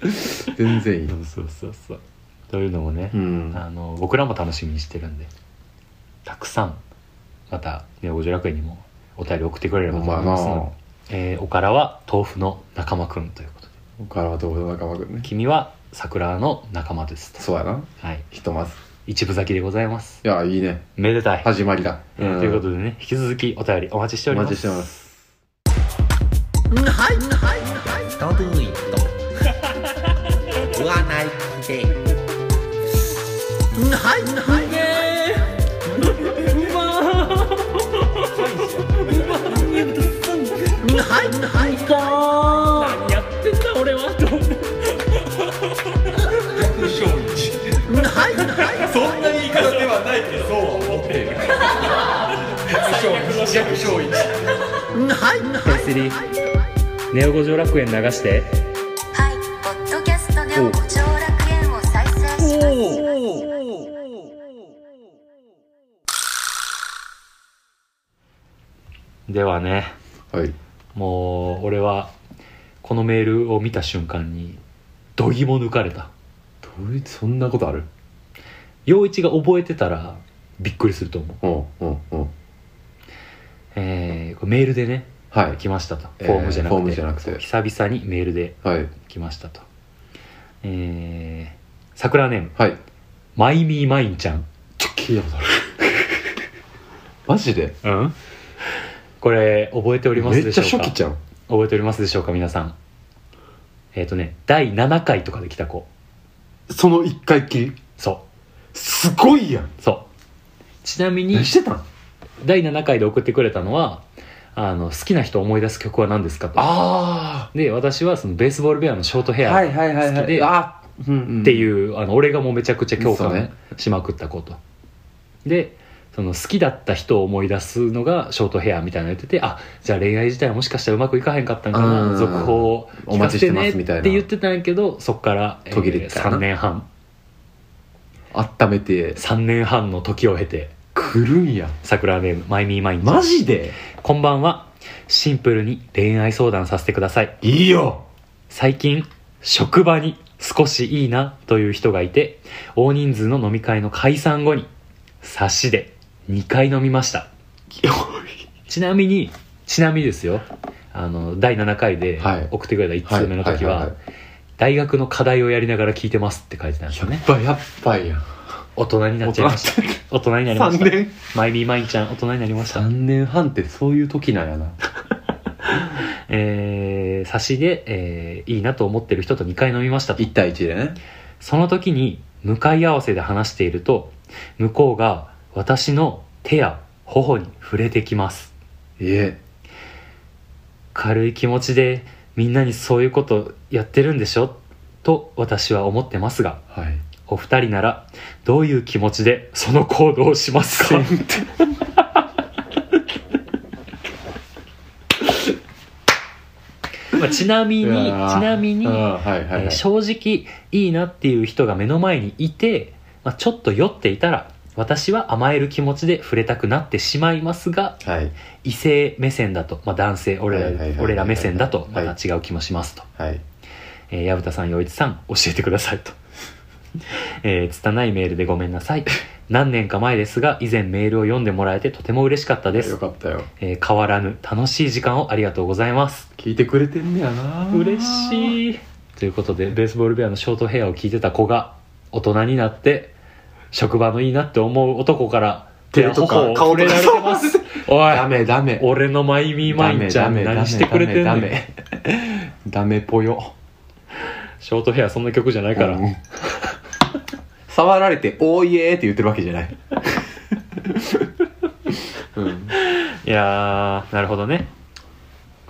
Speaker 2: 全然いい
Speaker 1: そうそうそうそうそういうのもね、
Speaker 2: うん
Speaker 1: あの僕らも楽しみにしてるんでたくさんまたネオ五条楽園にもお便り送ってくれれば
Speaker 2: ほん
Speaker 1: と思い
Speaker 2: まや
Speaker 1: ますので
Speaker 2: な
Speaker 1: えーおからは豆腐の仲間くんということで
Speaker 2: おからはどうだかわかんね
Speaker 1: 君は桜の仲間ですと
Speaker 2: そうやな
Speaker 1: はい
Speaker 2: ひとまず
Speaker 1: 一部咲きでございます
Speaker 2: いやいいね
Speaker 1: めでたい、
Speaker 2: 始まりだ、
Speaker 1: えーということでね引き続きお便りお待ちしてお
Speaker 2: お
Speaker 1: ります
Speaker 2: 待ちしてます
Speaker 4: ドゥイット占いではいはいはいはい
Speaker 1: ネオ五条楽園流して
Speaker 5: はい、ポッドキャストで五条楽園を再生します。
Speaker 1: ではね
Speaker 2: はい
Speaker 1: もう俺はこのメールを見た瞬間に度肝抜かれた
Speaker 2: どういそんなことある
Speaker 1: 陽一が覚えてたらびっくりすると思う、
Speaker 2: うんうんうん
Speaker 1: えーこれメールでね
Speaker 2: はい
Speaker 1: 来ましたと
Speaker 2: えー
Speaker 1: フォームじゃなくて,、
Speaker 2: フォームじゃなくて
Speaker 1: 久々にメールで
Speaker 2: はい
Speaker 1: 来ましたとえー、桜ネーム
Speaker 2: はい
Speaker 1: マイミーマインちゃん
Speaker 2: ちょ聞いたことある マジで
Speaker 1: うんこれ覚えておりま
Speaker 2: め
Speaker 1: す
Speaker 2: っ
Speaker 1: で
Speaker 2: ち
Speaker 1: し
Speaker 2: ゃ
Speaker 1: ょうか
Speaker 2: 初期ちゃん
Speaker 1: 覚えておりますでしょうか皆さんえっ、とね第7回とかで来た子
Speaker 2: その一回きり
Speaker 1: そ
Speaker 2: すごいやん
Speaker 1: うそうちなみに
Speaker 2: 何してたん
Speaker 1: 第7回で送ってくれたのはあの好きな人を思い出す曲は何ですかと
Speaker 2: あ
Speaker 1: で私はそのベースボールベアのショートヘアっ
Speaker 2: はい
Speaker 1: 好きで
Speaker 2: あーうんうん
Speaker 1: ていう、あの俺がもうめちゃくちゃ共
Speaker 2: そうね
Speaker 1: 感しまくったこと、でその好きだった人を思い出すのがショートヘアみたいなの言っててあじゃあ恋愛自体はもしかしたらうまくいかへんかったんか
Speaker 2: う
Speaker 1: なん続報を
Speaker 2: お待ちしてますみ
Speaker 1: 聞かせて
Speaker 2: たいな
Speaker 1: ねって言ってたんやけどそっから、
Speaker 2: 途切れてたな
Speaker 1: 3年半
Speaker 2: 温めて
Speaker 1: 3年半の時を経て
Speaker 2: 来るんや
Speaker 1: 桜ネームマイミーマイン
Speaker 2: マジで
Speaker 1: こんばんはシンプルに恋愛相談させてください
Speaker 2: いいよ
Speaker 1: 最近職場に少しいいなという人がいて大人数の飲み会の解散後に差しで2回飲みま したちなみにちなみにですよあの第7回で
Speaker 2: はい
Speaker 1: 送ってくれた1通目の時
Speaker 2: はい
Speaker 1: は
Speaker 2: はい
Speaker 1: 大学の課題をやりながら聞いてますって書いてたんです
Speaker 2: や
Speaker 1: よね
Speaker 2: っぱやっぱやん
Speaker 1: 大人になっちゃいました大人になりました
Speaker 2: 3年
Speaker 1: マイミーマインちゃん大人になりました
Speaker 2: 3年半ってそういう時なんやな
Speaker 1: えー、差しで、えーいいなと思ってる人と2回飲みましたと
Speaker 2: 1対1でね
Speaker 1: その時に向かい合わせで話していると向こうが私の手や頬に触れてきます
Speaker 2: いえ
Speaker 1: 軽い気持ちでみんなにそういうことやってるんでしょと私は思ってますが
Speaker 2: はい
Speaker 1: お二人ならどういう気持ちでその行動をします かまあちなみにち
Speaker 2: いやー
Speaker 1: なみに、
Speaker 2: あーはいはいはい
Speaker 1: えー正直いいなっていう人が目の前にいて、まあ、ちょっと酔っていたら私は甘える気持ちで触れたくなってしまいますが
Speaker 2: はい
Speaker 1: 異性目線だと、まあ、男性俺ら,、
Speaker 2: はいはいはいはい
Speaker 1: 俺ら目線だと
Speaker 2: は
Speaker 1: ま
Speaker 2: い
Speaker 1: た違う気もしますと、
Speaker 2: はい
Speaker 1: えー矢蓋さん陽一さん教えてくださいと えー拙いメールでごめんなさい何年か前ですが以前メールを読んでもらえてとても嬉しかったです
Speaker 2: よ、かったよ
Speaker 1: えー変わらぬ楽しい時間をありがとうございます
Speaker 2: 聞いてくれてんねやな
Speaker 1: 嬉しいということでベースボールベアのショートヘアを聞いてた子が大人になって職場のいいなって思う男から手や
Speaker 2: 手とか
Speaker 1: 頬を触れられてますおい
Speaker 2: ダメダメ
Speaker 1: 俺のマイミーマインちゃん何してくれてん
Speaker 2: ダ
Speaker 1: ねん
Speaker 2: メダメぽよ
Speaker 1: ショートヘアそんな曲じゃないから、
Speaker 2: うん触られて「おーいえ」って言ってるわけじゃ ない、うん、
Speaker 1: いやーなるほどね、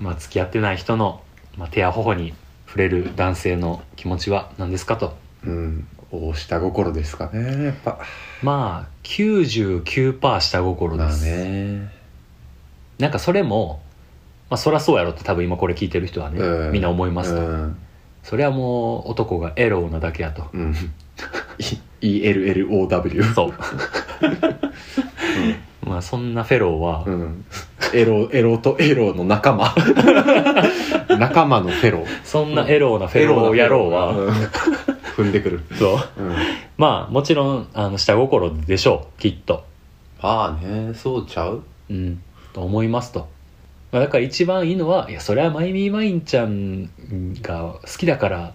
Speaker 1: まあ、付き合ってない人の、まあ、手や頬に触れる男性の気持ちは何ですかと
Speaker 2: うん、お下心ですかねやっぱ
Speaker 1: まあ99%下心
Speaker 2: ま
Speaker 1: で
Speaker 2: あ
Speaker 1: す、
Speaker 2: ね
Speaker 1: なんかそれも、まあ、そらそうやろって多分今これ聞いてる人はね、
Speaker 2: うん
Speaker 1: みんな思いますと、
Speaker 2: うん
Speaker 1: それはもう男がエローなだけやと
Speaker 2: うん ELLOW
Speaker 1: そう まあそんなフェローは、
Speaker 2: うん、エロエロとエロの仲 間仲間のフェロ
Speaker 1: そんなエローなフェロー野郎は、
Speaker 2: うん踏んでくる、
Speaker 1: そう
Speaker 2: うん、
Speaker 1: まあもちろんあの下心でしょうきっと
Speaker 2: まあねそうちゃう
Speaker 1: うんと思いますと、まあ、だから一番いいのはいやそれはマイミーマインちゃんが好きだから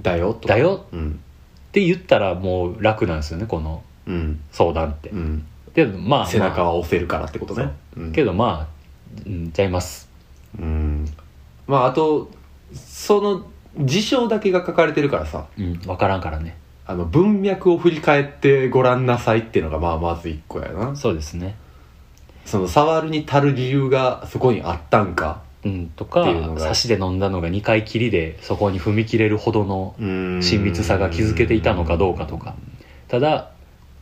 Speaker 2: だよと
Speaker 1: だよ
Speaker 2: うん
Speaker 1: って言ったらもう楽なんですよねこの
Speaker 2: うん
Speaker 1: 相談って
Speaker 2: うん
Speaker 1: けどまあ
Speaker 2: 背中
Speaker 1: ま
Speaker 2: は押せるからってことね、うん
Speaker 1: あ、けどまあ、うん、ちゃいます
Speaker 2: うんまああとその事象だけが書かれてるからさ
Speaker 1: うん分からんからね
Speaker 2: あの文脈を振り返ってご覧なさいっていうのがまあまず一個やな
Speaker 1: そうですね
Speaker 2: その触るに足る理由がそこにあったんか
Speaker 1: うん、と
Speaker 2: っ
Speaker 1: か
Speaker 2: ていうのが
Speaker 1: 差しで飲んだのが2回きりでそこに踏み切れるほどの親密さが築けていたのかどうかとかただ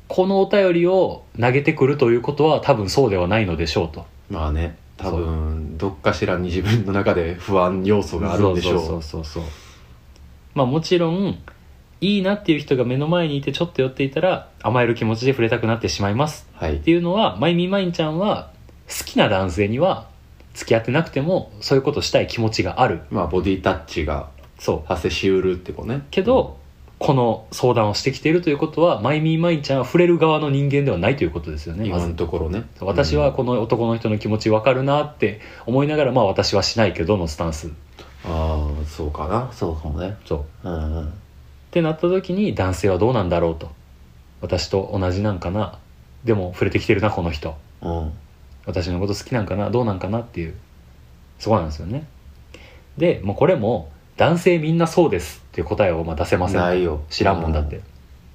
Speaker 1: このお便りを投げてくるということは多分そうではないのでしょうと
Speaker 2: まあね多分どっかしらに自分の中で不安要素があるんでしょう
Speaker 1: そうそうそうそうまあもちろんいいなっていう人が目の前にいてちょっと寄っていたら甘える気持ちで触れたくなってしまいます
Speaker 2: はい
Speaker 1: っていうのはマイミーマインちゃんは好きな男性には付き合ってなくてもそういうことしたい気持ちがある
Speaker 2: まあボディタッチが
Speaker 1: そう
Speaker 2: 発生しうるってことね
Speaker 1: けど、この相談をしてきているということはマイミーマインちゃんは触れる側の人間ではないということですよねま
Speaker 2: 今
Speaker 1: ず
Speaker 2: のところね
Speaker 1: 私は
Speaker 2: うん
Speaker 1: この男の人の気持ち分かるなって思いながらまあ私はしないけどのスタンス
Speaker 2: ああそうかなそうかもね
Speaker 1: そうっ
Speaker 2: うんうん
Speaker 1: てなった時に男性はどうなんだろうと私と同じなんかなでも触れてきてるなこの人
Speaker 2: うん
Speaker 1: 私のこと好きなんかなどうなんかなっていうそこなんですよねでもうこれも男性みんなそうですっていう答えをまあ出せません
Speaker 2: ないよ
Speaker 1: 知らんもんだって、
Speaker 2: う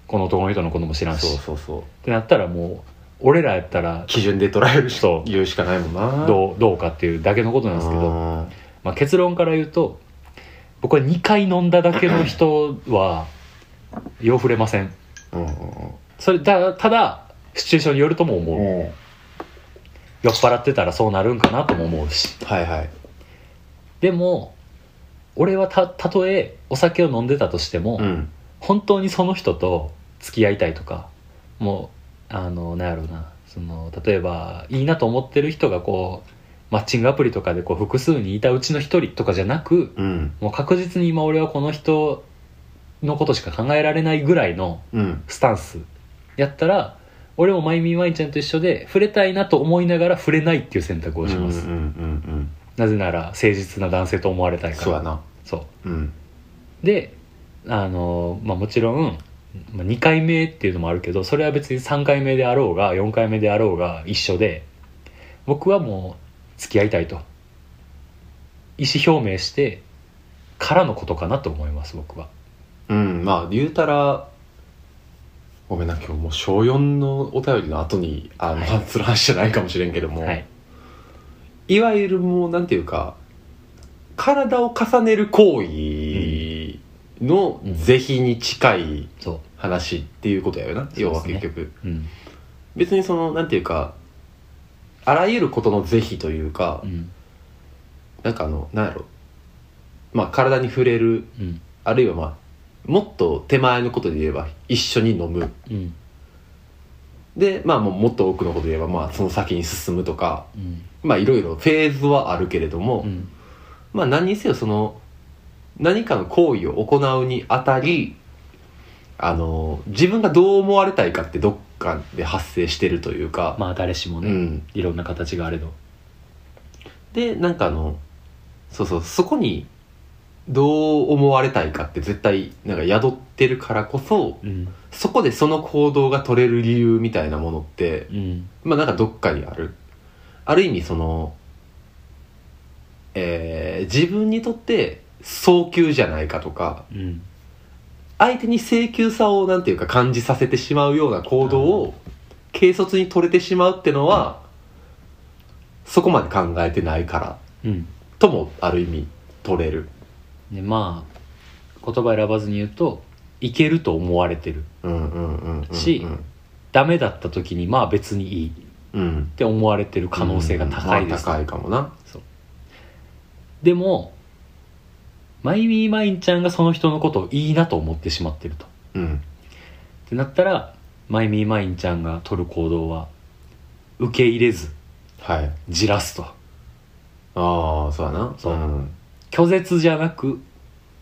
Speaker 1: この男の人のことも知らんし
Speaker 2: そうそうそう
Speaker 1: ってなったらもう俺らやったら
Speaker 2: 基準で捉えるし
Speaker 1: そう
Speaker 2: 言うしかないもんなう
Speaker 1: どうどうかっていうだけのことなんですけど、まあ、結論から言うと僕は2回飲んだだけの人 はよう触れません
Speaker 2: うんうん
Speaker 1: それだただシチュエーションによるとも思う、
Speaker 2: うんうん
Speaker 1: 酔っ払ってたらそうなるんかなとも思うし
Speaker 2: はいはい
Speaker 1: でも俺はたたとえお酒を飲んでたとしても、
Speaker 2: うん
Speaker 1: 本当にその人と付き合いたいとかもうあのなんやろうなその例えばいいなと思ってる人がこうマッチングアプリとかでこう複数にいたうちの一人とかじゃなく
Speaker 2: うん
Speaker 1: もう確実に今俺はこの人のことしか考えられないぐらいの
Speaker 2: うん
Speaker 1: スタンスやったら俺もマイミーマインちゃんと一緒で触れたいなと思いながら触れないっていう選択をします、
Speaker 2: うんうんうん
Speaker 1: なぜなら誠実な男性と思われたい
Speaker 2: うん
Speaker 1: から
Speaker 2: そうやな
Speaker 1: そう
Speaker 2: うん
Speaker 1: であの、まあ、もちろんまあ2回目っていうのもあるけどそれは別に3回目であろうが4回目であろうが一緒で僕はもう付き合いたいと意思表明してからのことかなと思います僕は
Speaker 2: うんまあ言うたらごめんな今日もう小4のお便りの後にあの、
Speaker 1: はい
Speaker 2: する話じゃないかもしれんけども、
Speaker 1: はい、
Speaker 2: いわゆるもうなんていうか体を重ねる行為の
Speaker 1: うん
Speaker 2: 是非に近い
Speaker 1: そ
Speaker 2: 話っていうことやよな、
Speaker 1: すね
Speaker 2: 要は結局、
Speaker 1: う、うん
Speaker 2: 別にそのなんていうかあらゆることの是非というか、
Speaker 1: うん
Speaker 2: なんかあのなんやろまあ体に触れる
Speaker 1: うん
Speaker 2: あるいはまあもっと手前のことで言えば一緒に飲む
Speaker 1: うん
Speaker 2: でまあもうもっと奥のことで言えばまあその先に進むとか
Speaker 1: うん
Speaker 2: まあいろいろフェーズはあるけれども、
Speaker 1: うん
Speaker 2: まあ何にせよその何かの行為を行うにあたりあの自分がどう思われたいかってどっかで発生してるというか、
Speaker 1: まあ誰しも
Speaker 2: う
Speaker 1: ね、
Speaker 2: ん、
Speaker 1: いろんな形があれど
Speaker 2: でなんかあのそうそうそこにどう思われたいかって絶対なんか宿ってるからこそ
Speaker 1: うん
Speaker 2: そこでその行動が取れる理由みたいなものって
Speaker 1: うん
Speaker 2: まあなんかどっかにあるある意味そのえー自分にとって早急じゃないかとか
Speaker 1: うん
Speaker 2: 相手に請求さをなんていうか感じさせてしまうような行動を軽率に取れてしまうってのは、そこまで考えてないから
Speaker 1: うん
Speaker 2: ともある意味取れる、
Speaker 1: でまあ言葉選ばずに言うといけると思われてる
Speaker 2: うんうんうんうんうん
Speaker 1: しダメだった時にまあ別にいいっ
Speaker 2: うん、
Speaker 1: て思われてる可能性が高いです、
Speaker 2: まあ高いかもな
Speaker 1: でもマイミーマインちゃんがその人のことをいいなと思ってしまってると
Speaker 2: うん
Speaker 1: ってなったらマイミーマインちゃんが取る行動は受け入れず
Speaker 2: はい
Speaker 1: じらすと
Speaker 2: ああそうやな
Speaker 1: そうん拒絶じゃなく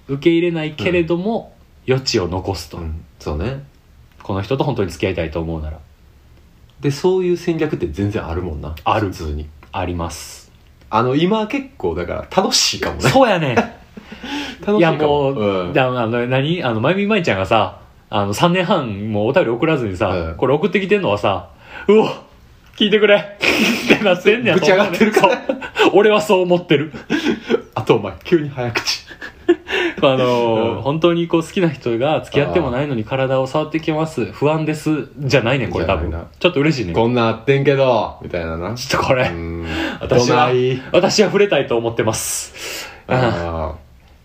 Speaker 1: 受け入れないけれども、余地を残すと、
Speaker 2: うんそうね
Speaker 1: この人と本当に付き合いたいと思うなら
Speaker 2: でそういう戦略って全然あるもんな
Speaker 1: ある
Speaker 2: 普通に
Speaker 1: あります
Speaker 2: あの今結構だから楽しいかもね
Speaker 1: そうやねん
Speaker 2: 楽し
Speaker 1: い
Speaker 2: いか
Speaker 1: や
Speaker 2: も
Speaker 1: もう、
Speaker 2: ん
Speaker 1: だあの何あのまゆみまいちゃんがさあの3年半もうお便り送らずにさ、
Speaker 2: うん
Speaker 1: これ送ってきてんのはさうお聞いてくれ ってなってんねや
Speaker 2: ぶち上がってるから
Speaker 1: そう俺はそう思って る
Speaker 2: あとお前急に早口
Speaker 1: あの、
Speaker 2: うん
Speaker 1: 本当にこう好きな人が付き合ってもないのに体を触ってきます不安ですじゃないねんこれ多分
Speaker 2: じゃないな
Speaker 1: ちょっと嬉しいねん
Speaker 2: こんなんあってんけどみたいなな
Speaker 1: ちょっとこれ、
Speaker 2: うん
Speaker 1: 私は
Speaker 2: どない
Speaker 1: 私は触れたいと思ってますあ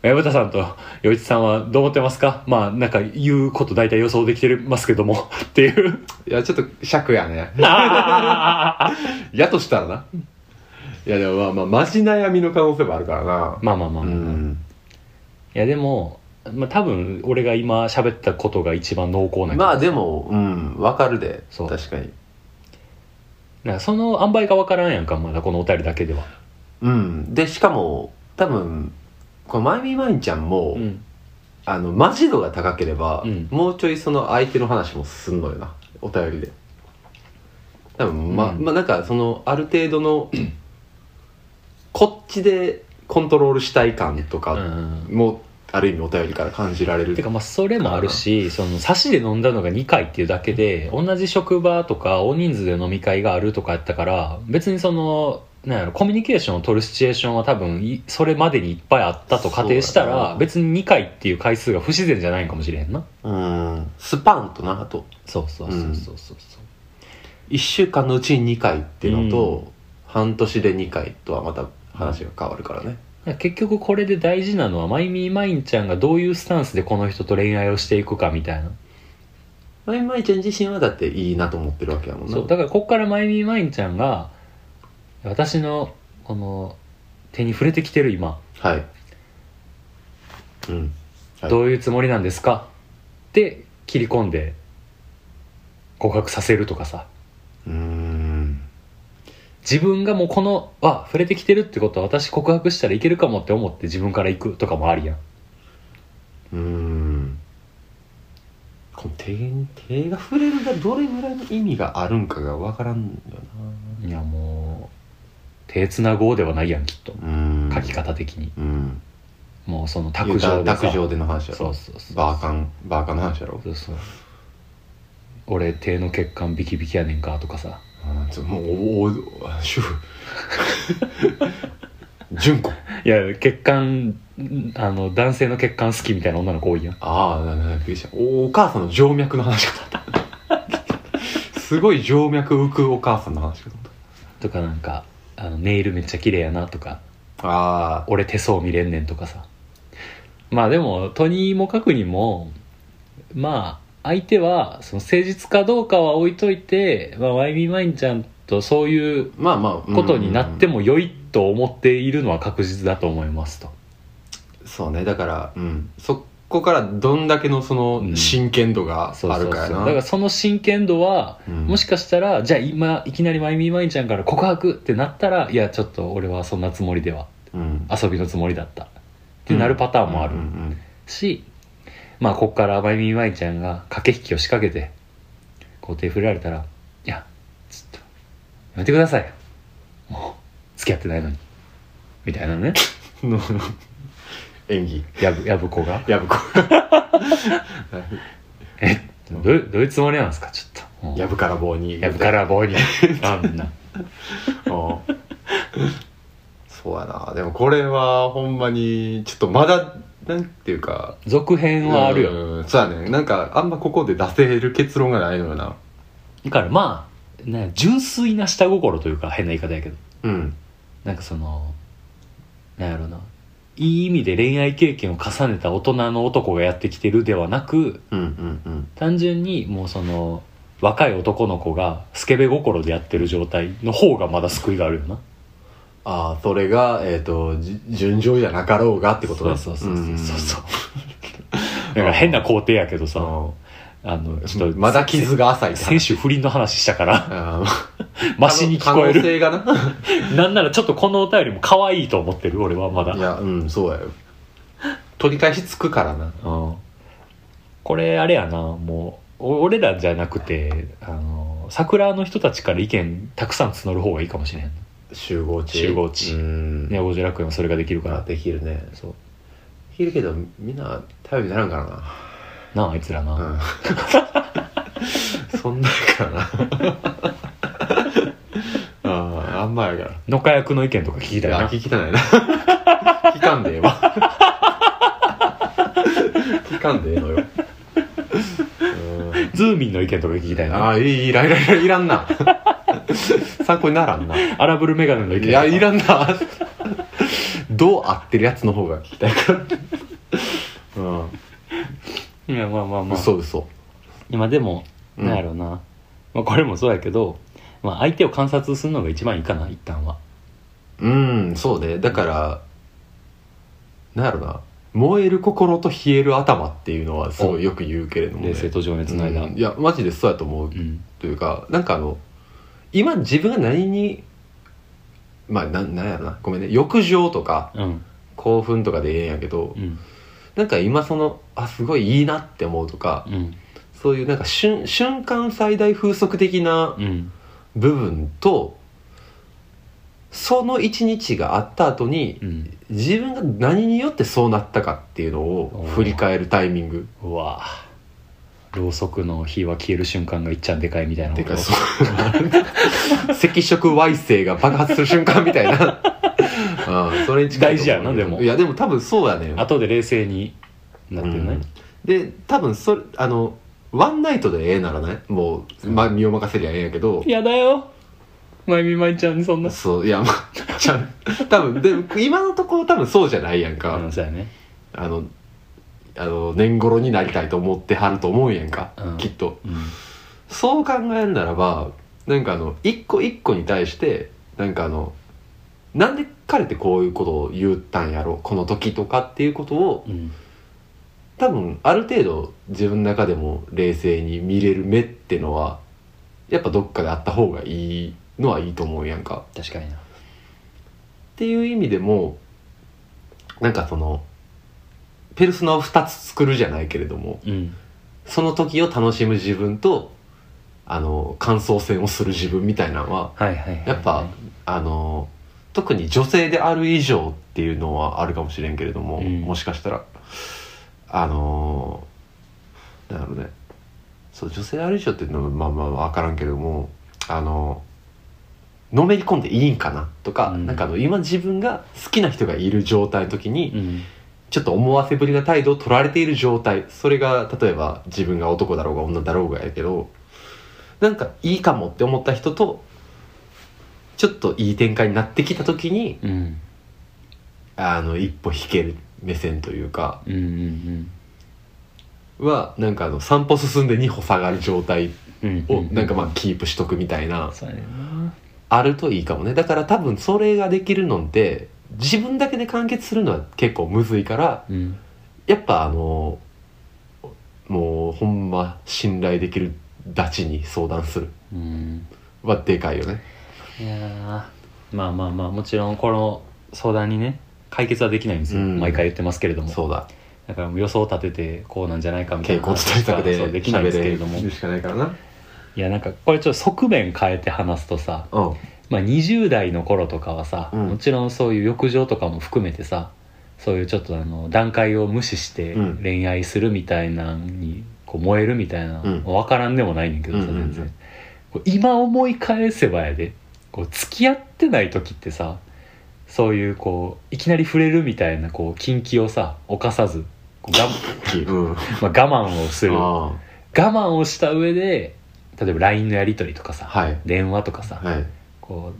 Speaker 2: あ
Speaker 1: 矢田さんと洋一さんはどう思ってますかまあなんか言うこと大体予想できてますけどもって いう
Speaker 2: ーいやちょっと尺やねやとしたらないやでもまあまあマジ悩みの可能性もあるからな
Speaker 1: まあまあまあ、
Speaker 2: う
Speaker 1: い
Speaker 2: ん
Speaker 1: やでも、まあ、多分俺が今喋ったことが一番濃厚な気が
Speaker 2: まあでもうんわかるで
Speaker 1: そう
Speaker 2: 確かに
Speaker 1: なんかその塩梅が分からんやんかまだこのお便りだけでは
Speaker 2: うんでしかも多分このまゆみまゆみちゃんも、
Speaker 1: ん
Speaker 2: あのマジ度が高ければ、
Speaker 1: うん
Speaker 2: もうちょいその相手の話も進んのよなお便りで多分ま,、
Speaker 1: うん
Speaker 2: まあなんかそのある程度 のこっちでコントロールしたい感と
Speaker 1: う
Speaker 2: か
Speaker 1: ん
Speaker 2: も、ある意味お便りから感じられる
Speaker 1: てかまあそれもあるしその差しで飲んだのが2回っていうだけで同じ職場とか大人数で飲み会があるとかやったから別にそのなんやろコミュニケーションを取るシチュエーションは多分いそれまでにいっぱいあったと仮定した
Speaker 2: そうだ
Speaker 1: ら
Speaker 2: な
Speaker 1: 別に2回っていう回数が不自然じゃないんかもしれへんな
Speaker 2: うんスパンとなあと
Speaker 1: そうそうそうそうそうそう
Speaker 2: 1週間のうちに2回っていうのと、半年で2回とはまた話が変わるからね、
Speaker 1: 結局これで大事なのはマイミーマインちゃんがどういうスタンスでこの人と恋愛をしていくかみたいな、
Speaker 2: まゆみまゆみちゃん自身はだっていいなと思ってるわけやもんな
Speaker 1: そうだからここからマイミーマインちゃんが私のこの手に触れてきてる今
Speaker 2: はいうんはい
Speaker 1: どういうつもりなんですかって切り込んで告白させるとかさ
Speaker 2: うーん
Speaker 1: 自分がもうこのあ触れてきてるってことは私告白したらいけるかもって思って自分から行くとかもありやん
Speaker 2: うーんこの手に手が触れるがどれぐらいの意味があるんかが分からんよ
Speaker 1: いやもう手つなごうではないやんきっと
Speaker 2: なうーん
Speaker 1: 書き方的に
Speaker 2: うん
Speaker 1: もうその卓
Speaker 2: 卓
Speaker 1: 上
Speaker 2: 上
Speaker 1: で
Speaker 2: で
Speaker 1: さ
Speaker 2: 卓上での話やろ
Speaker 1: そうそうそう
Speaker 2: バーカンバーカンの話やろ
Speaker 1: そうそう俺手の血管ビキビキやねんかとかさ
Speaker 2: あーちょもうおおお主婦純子
Speaker 1: いや血管んあの男性の血管好きみたいな女の子多いやん
Speaker 2: ああななびっくりしたおお母さんの静脈の話かと思ったすごい静脈浮くお母さんの話かと思っ
Speaker 1: とかなんかあのネイルめっちゃ綺麗やなとか
Speaker 2: たあ
Speaker 1: 俺手相見れんねんとかさまあでもとにもかくにもまあ相手はその誠実かどうかは置いといて、まあ、ワイミーマインちゃんとそういう
Speaker 2: まあまあ
Speaker 1: ことになって
Speaker 2: も
Speaker 1: も良いと思っているのは確実だと思いますと、
Speaker 2: そうねだから、うん、そこからどんだけのそ
Speaker 1: うん
Speaker 2: の真剣度が
Speaker 1: そう
Speaker 2: あ
Speaker 1: そ
Speaker 2: る
Speaker 1: うそう
Speaker 2: かや
Speaker 1: だ
Speaker 2: な、
Speaker 1: からその真剣度は、
Speaker 2: うん
Speaker 1: もしかしたらじゃあ今いきなりマイミーマインちゃんから告白ってなったらいやちょっと俺はそんなつもりでは
Speaker 2: うん
Speaker 1: 遊びのつもりだったってなるパターンもある、
Speaker 2: うんうん
Speaker 1: し、まあ、こっからマイミーマイちゃんが駆け引きを仕掛けて、こう手振られたら、いや、ちょっと、やめてください。もう、付き合ってないのに。みたいなね。
Speaker 2: うん の演技
Speaker 1: やぶ、やぶ子が。
Speaker 2: やぶこ
Speaker 1: え、どう、どういうつもりなんですかちょっと。もう
Speaker 2: やぶから棒に
Speaker 1: やぶから棒に。あんな。
Speaker 2: うんそうやなでもこれはほんまにちょっとまだなんていうか
Speaker 1: 続編はあるよ。
Speaker 2: うんそうやねなんかあんまここで出せる結論がないのよな
Speaker 1: だからまあ、ね、純粋な下心というか変な言い方やけど、
Speaker 2: うん
Speaker 1: なんかその、なんやろな。いい意味で恋愛経験を重ねた大人の男がやってきてるではなく、
Speaker 2: うんうん
Speaker 1: 単純にもうその若い男の子がスケベ心でやってる状態の方がまだ救いがあるよな
Speaker 2: ああそれがえっ、とじ順調じゃなかろうがってこと
Speaker 1: そう
Speaker 2: ね
Speaker 1: そうそうそうそうそうだ
Speaker 2: うん
Speaker 1: から変な工程やけど
Speaker 2: う
Speaker 1: さ
Speaker 2: んうん
Speaker 1: あのちょっと
Speaker 2: まだ傷が浅い
Speaker 1: 先週不倫の話したから
Speaker 2: あ
Speaker 1: マシに聞こえ
Speaker 2: 可能
Speaker 1: る
Speaker 2: 性がな
Speaker 1: なんならちょっとこのお便りも可愛いと思ってる俺はまだ
Speaker 2: いやうんそうやよ取り返しつくからな
Speaker 1: うんこれあれやなもうお俺らじゃなくてあの桜の人たちから意見たくさん募る方がいいかもしれん
Speaker 2: 集合地
Speaker 1: 集合地
Speaker 2: うん
Speaker 1: ね五条楽園はそれができるか
Speaker 2: まあ
Speaker 1: ら
Speaker 2: できるね
Speaker 1: そう
Speaker 2: できるけどみんな頼りにならんから
Speaker 1: なああいつらな、
Speaker 2: なうん そんなんからなあああんまやから
Speaker 1: のかやくの意見とか聞き
Speaker 2: い
Speaker 1: たいな
Speaker 2: や聞きたな いな聞かんでええわ聞かんでええのようん
Speaker 1: ズーミンの意見とか聞きたい
Speaker 2: あ
Speaker 1: な
Speaker 2: あいいいらいらいらいらんな 参考にならんな
Speaker 1: アラブルメガネの意見
Speaker 2: い
Speaker 1: とか
Speaker 2: やいらんなどう合ってるやつの方が聞きたいからうん
Speaker 1: いやまあまあまあ
Speaker 2: 嘘嘘
Speaker 1: 今でも
Speaker 2: うん
Speaker 1: なんやろうな、まあ、これもそうやけど、まあ、相手を観察するのが一番いいかな一旦は
Speaker 2: うんそうねだからなんやろな燃える心と冷える頭っていうのはすごいよく言うけれども、ね、
Speaker 1: 冷静と情熱の間う
Speaker 2: うん
Speaker 1: ん
Speaker 2: い、やマジでそうやと思うというかなんかあの今自分が何にまあなんなんやろなごめんね欲情とか
Speaker 1: うん
Speaker 2: 興奮とかでええんやけど、
Speaker 1: うん
Speaker 2: なんか今そのあすごいいいなって思うとか
Speaker 1: うん
Speaker 2: そういうなんか瞬瞬間最大風速的な
Speaker 1: うん
Speaker 2: 部分とその一日があった後に
Speaker 1: うん
Speaker 2: 自分が何によってそうなったかっていうのを振り返るタイミング
Speaker 1: うわろうそくの火は消える瞬間がいっちゃんでかいみたいな
Speaker 2: て
Speaker 1: こ
Speaker 2: か
Speaker 1: と
Speaker 2: そう 赤色矮星が爆発する瞬間みたい なうんそれに近い
Speaker 1: 大
Speaker 2: と思う
Speaker 1: 事やなでも
Speaker 2: いやでも多分そうやね
Speaker 1: 後で冷静になってるね、
Speaker 2: で多分それあのワンナイトでええならねもう、ま、身を任せりゃええんやけど
Speaker 1: やだよまゆみまゆちゃんにそんな
Speaker 2: そういやまあちゃん多分で今のところ多分そうじゃないやんか、
Speaker 1: うんそうやね
Speaker 2: あのあの年頃になりたいと思ってはると思うんやんか、
Speaker 1: うん
Speaker 2: きっと
Speaker 1: うん
Speaker 2: そう考えるならばなんかあの一個一個に対してなんかあのなんで彼ってこういうことを言ったんやろこの時とかっていうことを
Speaker 1: うん
Speaker 2: 多分ある程度自分の中でも冷静に見れる目ってのはやっぱどっかであった方がいいのはいいと思うやんか。
Speaker 1: 確かにな
Speaker 2: っていう意味でもなんかそのペルソナを2つ作るじゃないけれども
Speaker 1: うん
Speaker 2: その時を楽しむ自分とあの感想戦をする自分みたいなのは
Speaker 1: はいはいはいはい
Speaker 2: やっぱあの特に女性である以上っていうのはあるかもしれんけれども、
Speaker 1: うん
Speaker 2: もしかしたらあのなるほどねそう女性である以上っていうのはまあまあ分からんけれどもあののめり込んでいいんかなとか、
Speaker 1: うん
Speaker 2: なんかあの今自分が好きな人がいる状態の時に、
Speaker 1: うん
Speaker 2: ちょっと思わせぶりな態度を取られている状態それが例えば自分が男だろうが女だろうがやけどなんかいいかもって思った人とちょっといい展開になってきた時に
Speaker 1: うん
Speaker 2: あの一歩引ける目線というか
Speaker 1: うんうん
Speaker 2: はなんかあの3歩進んで2歩下がる状態
Speaker 1: うん
Speaker 2: をなんかまあキープしとくみたいな
Speaker 1: そうやねんな
Speaker 2: あるといいかもねだから多分それができるのって自分だけで完結するのは結構むずいから
Speaker 1: うん
Speaker 2: やっぱあのもうほんま信頼できるダチに相談する
Speaker 1: うん
Speaker 2: はでかいよね
Speaker 1: いやーまあまあまあもちろんこの相談にね解決はできないんですよ、
Speaker 2: うん
Speaker 1: 毎回言ってますけれども
Speaker 2: そうだ
Speaker 1: だからもう予想を立ててこうなんじゃないかみたい
Speaker 2: 傾
Speaker 1: な
Speaker 2: 向と対策で
Speaker 1: そうできないんですけれども
Speaker 2: 喋るしかないからない
Speaker 1: やなんかこれちょっと側面変えて話すとさ、
Speaker 2: うん
Speaker 1: まあ、20代の頃とかはさ、
Speaker 2: うん
Speaker 1: もちろんそういう浴場とかも含めてさそういうちょっとあの段階を無視して
Speaker 2: うん
Speaker 1: 恋愛するみたいなのにこう燃えるみたいな、
Speaker 2: うん
Speaker 1: 分からんでもないねんけどさ
Speaker 2: うんうんう
Speaker 1: 全
Speaker 2: ん
Speaker 1: 然、こう今思い返せばやでこう付き合ってない時ってさそういうこういきなり触れるみたいなこう禁忌をさ犯さずこうがん、
Speaker 2: う
Speaker 1: ま
Speaker 2: ん
Speaker 1: あ、我慢をする我
Speaker 2: あー
Speaker 1: 慢をした上で例えば LINE のやり取りとかさ、
Speaker 2: はい
Speaker 1: 電話とかさ、
Speaker 2: はい
Speaker 1: こ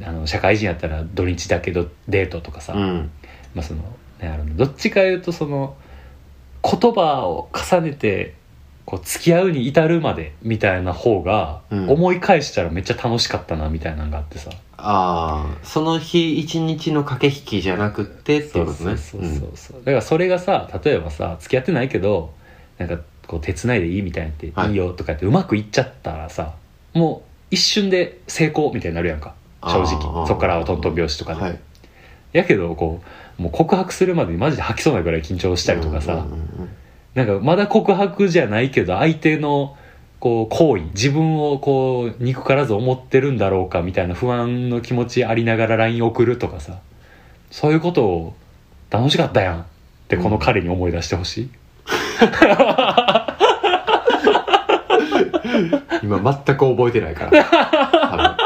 Speaker 1: うあの社会人やったら土日だけどデートとかさ、
Speaker 2: うん
Speaker 1: まあそのね、あのどっちか言うとその言葉を重ねてこう付き合うに至るまでみたいな方が、
Speaker 2: うん
Speaker 1: 思い返したらめっちゃ楽しかったなみたいなのがあってさ
Speaker 2: ああその日一日の駆け引きじゃなくてっていうことね
Speaker 1: そうそうそうそうだからそれがさ例えばさ付き合ってないけどなんかこう手つないでいいみたいなって、
Speaker 2: はい
Speaker 1: い、いよとかってうまくいっちゃったらさもう一瞬で成功みたいになるやんか正
Speaker 2: あ
Speaker 1: 直
Speaker 2: ー
Speaker 1: そっからはトントン拍子とか
Speaker 2: うん
Speaker 1: で、
Speaker 2: はい
Speaker 1: やけどこうもう告白するまでにマジで吐きそうなぐらい緊張したりとかさ、
Speaker 2: うんうんうん
Speaker 1: なんかまだ告白じゃないけど相手のこう行為自分をこう憎からず思ってるんだろうかみたいな不安の気持ちありながら LINE 送るとかさそういうことを楽しかったやんってこの彼に思い出してほしい、
Speaker 2: 今全く覚えてないから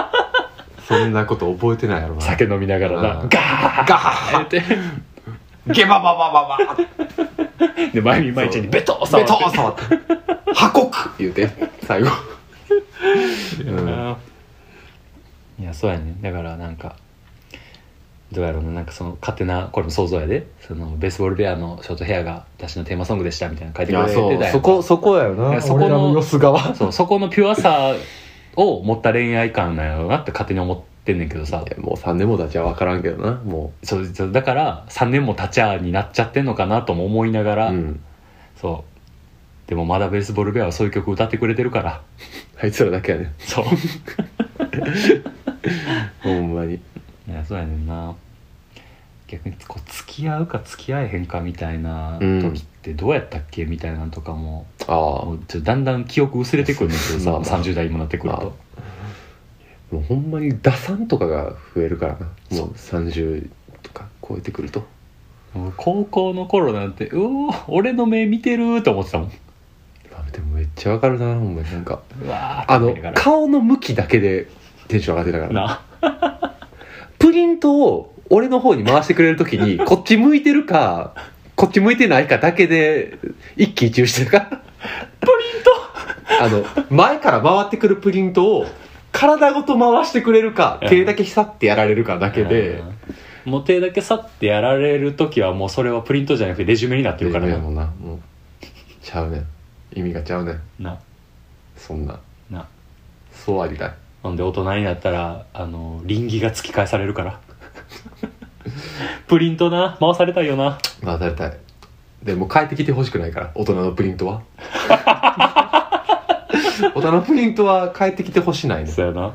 Speaker 2: 多分そんなこと覚えてないやろな
Speaker 1: 酒飲みながらな、
Speaker 2: う ん
Speaker 1: ガー
Speaker 2: ガー
Speaker 1: ッて
Speaker 2: ゲバババババー
Speaker 1: で前に舞ちゃんにベトッ
Speaker 2: ベ
Speaker 1: 触
Speaker 2: ト
Speaker 1: っ
Speaker 2: ー触って破国言うて最後
Speaker 1: て
Speaker 2: うん
Speaker 1: いやそうやねだからなんかどうやろうななんかその勝手なこれも想像やでそのベースボールベアのショートヘアが私のテーマソングでしたみたいなの書いて
Speaker 2: い
Speaker 1: くれ
Speaker 2: や
Speaker 1: てたや
Speaker 2: そ
Speaker 1: ん
Speaker 2: うそこそこやよ
Speaker 1: い
Speaker 2: な
Speaker 1: やそこの
Speaker 2: 俺らの様子側
Speaker 1: そうそこのピュアさを持った恋愛観なんやろうなって勝手に思ってんねんけどさ
Speaker 2: いやもう3年も経ちは分からんけどなも
Speaker 1: そうそうだから3年も経ちゃになっちゃってんのかなとも思いなが
Speaker 2: う
Speaker 1: ら、
Speaker 2: うん
Speaker 1: そうでもまだベースボールベアはそういう曲歌ってくれてるから
Speaker 2: あいつらだけやね
Speaker 1: そう
Speaker 2: ほんまに
Speaker 1: いやそうやねんな逆にこう付き合うか付き合えへんかみたいな時ってどうやったっけみたいなのとかも,、
Speaker 2: ああ
Speaker 1: も
Speaker 2: も
Speaker 1: うちょっとだんだん記憶薄れてくるんだけどさ、
Speaker 2: まあまあ
Speaker 1: 30代にもなってくると、
Speaker 2: まうほんまに打算とかが増えるからなもう30とか超えてくると
Speaker 1: もう高校の頃なんてうおー俺の目見てると思ってたもん
Speaker 2: まあでもめっちゃ分かるなほんまになんか
Speaker 1: うわー
Speaker 2: あ
Speaker 1: って
Speaker 2: の
Speaker 1: 思いながら
Speaker 2: 顔の向きだけでテンション上がってたから
Speaker 1: な
Speaker 2: プリントを俺の方に回してくれるとき にこっち向いてるかこっち向いてないかだけで一喜一憂してるかプリントあの前から回ってくるプリントを体ごと回してくれるか
Speaker 1: うん
Speaker 2: 手だけひさってやられるかだけで
Speaker 1: うんもう手だけさってやられる時はもうそれはプリントじゃなくてレジュメになってるから
Speaker 2: いや
Speaker 1: な
Speaker 2: もうなもうちゃうねん意味がちゃうねん
Speaker 1: な
Speaker 2: そんな
Speaker 1: な
Speaker 2: そうありたい
Speaker 1: ほんで大人になったらあの倫理が突き返されるからプリントな回されたいよな
Speaker 2: 回されたいでも帰ってきてほしくないから大人のプリ ントは大人のプリントは帰ってきてほしないね
Speaker 1: そうやな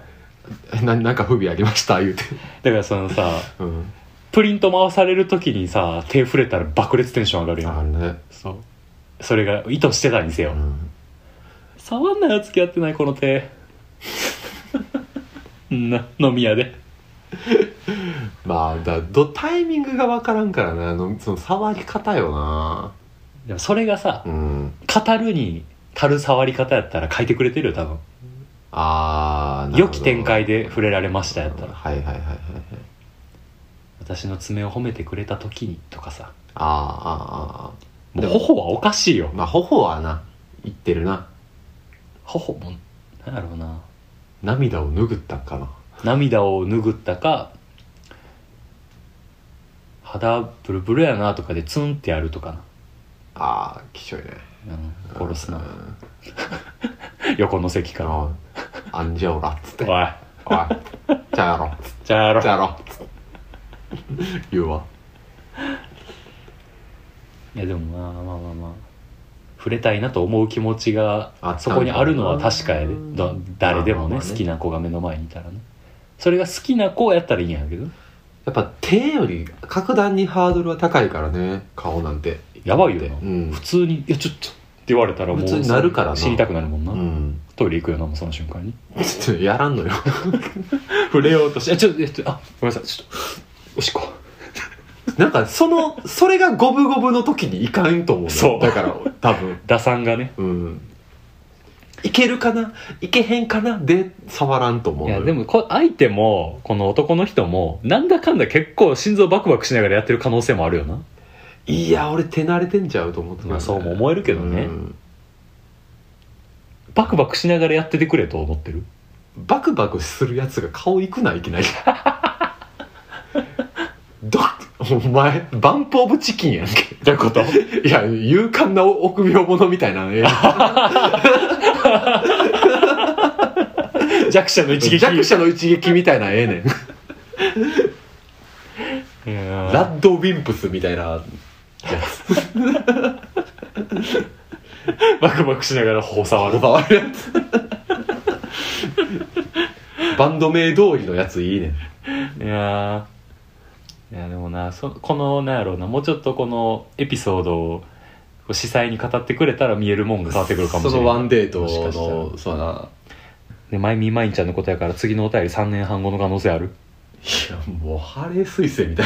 Speaker 2: ななんか不備ありました言うて、
Speaker 1: だからそのさ
Speaker 2: うん、
Speaker 1: プリント回される時にさ手触れたら爆裂テンション上がるやん
Speaker 2: るね、
Speaker 1: そうそれが意図してたにせよ、
Speaker 2: うん、
Speaker 1: 触んなよ付き合ってないこの手 な飲み屋で
Speaker 2: まあだどタイミングが分からんからなあのその触り方よな
Speaker 1: でもそれがさ、
Speaker 2: うん
Speaker 1: 語るに足る触り方やったら書いてくれてるよ多分
Speaker 2: ああ
Speaker 1: 良き展開で触れられましたやったら
Speaker 2: はいはいはいはいはい
Speaker 1: 私の爪を褒めてくれた時にとかさ
Speaker 2: あああーあーあー
Speaker 1: もう頬はおかしいよ
Speaker 2: まあ頬はな言ってるな
Speaker 1: 頬もなんやろうな
Speaker 2: 涙を拭ったんかな
Speaker 1: 涙を拭ったか肌ブルブルやなとかでツンってやるとかな
Speaker 2: ああきしょいね
Speaker 1: うん殺す
Speaker 2: う
Speaker 1: なん横の席から
Speaker 2: あああんじゃおらっつって
Speaker 1: おい
Speaker 2: おいちゃうやろ
Speaker 1: じゃあやろ
Speaker 2: ちゃうやろっつって言うわ
Speaker 1: いやでもまあまあまあまあ触れたいなと思う気持ちが
Speaker 2: あったんだ
Speaker 1: そこにあるのは確かやで
Speaker 2: うん
Speaker 1: だ誰でも
Speaker 2: まあま
Speaker 1: ね
Speaker 2: あまあね
Speaker 1: 好きな子が目の前にいたらねそれが好きな子やったらいいんやけど
Speaker 2: やっぱ手より格段にハードルは高いからね顔なんて
Speaker 1: やばいよな
Speaker 2: うん
Speaker 1: 普、通に「いやちょっと」って言われたらもう
Speaker 2: 普通になるからな
Speaker 1: 知りたくなるもんな、
Speaker 2: うん、
Speaker 1: トイレ行くよなもうその瞬間に
Speaker 2: ちょっとやらんのよ
Speaker 1: 触れようとして「えちょっとえちょっとあごめんなさいちょっとおしっこ
Speaker 2: なんかそのそれが五分五分の時にいかんと思うの
Speaker 1: そう
Speaker 2: だから多分」
Speaker 1: 打算がね
Speaker 2: うんいけるかないけへんかなで触らんと思う
Speaker 1: い
Speaker 2: のよ
Speaker 1: やでもこ相手もこの男の人もなんだかんだ結構心臓バクバクしながらやってる可能性もあるよない
Speaker 2: や俺手慣れてんちゃうと思ってたんだ
Speaker 1: まあ
Speaker 2: よね
Speaker 1: そうも思えるけどね
Speaker 2: うん
Speaker 1: バクバクしながらやっててくれと思ってる
Speaker 2: バクバクするやつが顔いくないきなりどお前バンプ・オブ・チキンやんけ
Speaker 1: ってこと
Speaker 2: いや勇敢な臆病者みたいなね
Speaker 1: 弱者の一撃
Speaker 2: 弱者の一撃みたいなええねん
Speaker 1: いやー
Speaker 2: ラッド・ウィンプスみたいなやつ
Speaker 1: バクバクしながら頬触る
Speaker 2: 回るやつバンド名通りのやついいねん
Speaker 1: いやーいやでもなそこのなんやろうなもうちょっとこのエピソードをこう司祭に語ってくれたら見えるもんが変わってくるかもしれない
Speaker 2: そのワンデート
Speaker 1: もしかしたら
Speaker 2: のそうやな
Speaker 1: でマイミーマインちゃんのことやから次のお便り3年半後の可能性ある
Speaker 2: いやもうハレー彗星みた い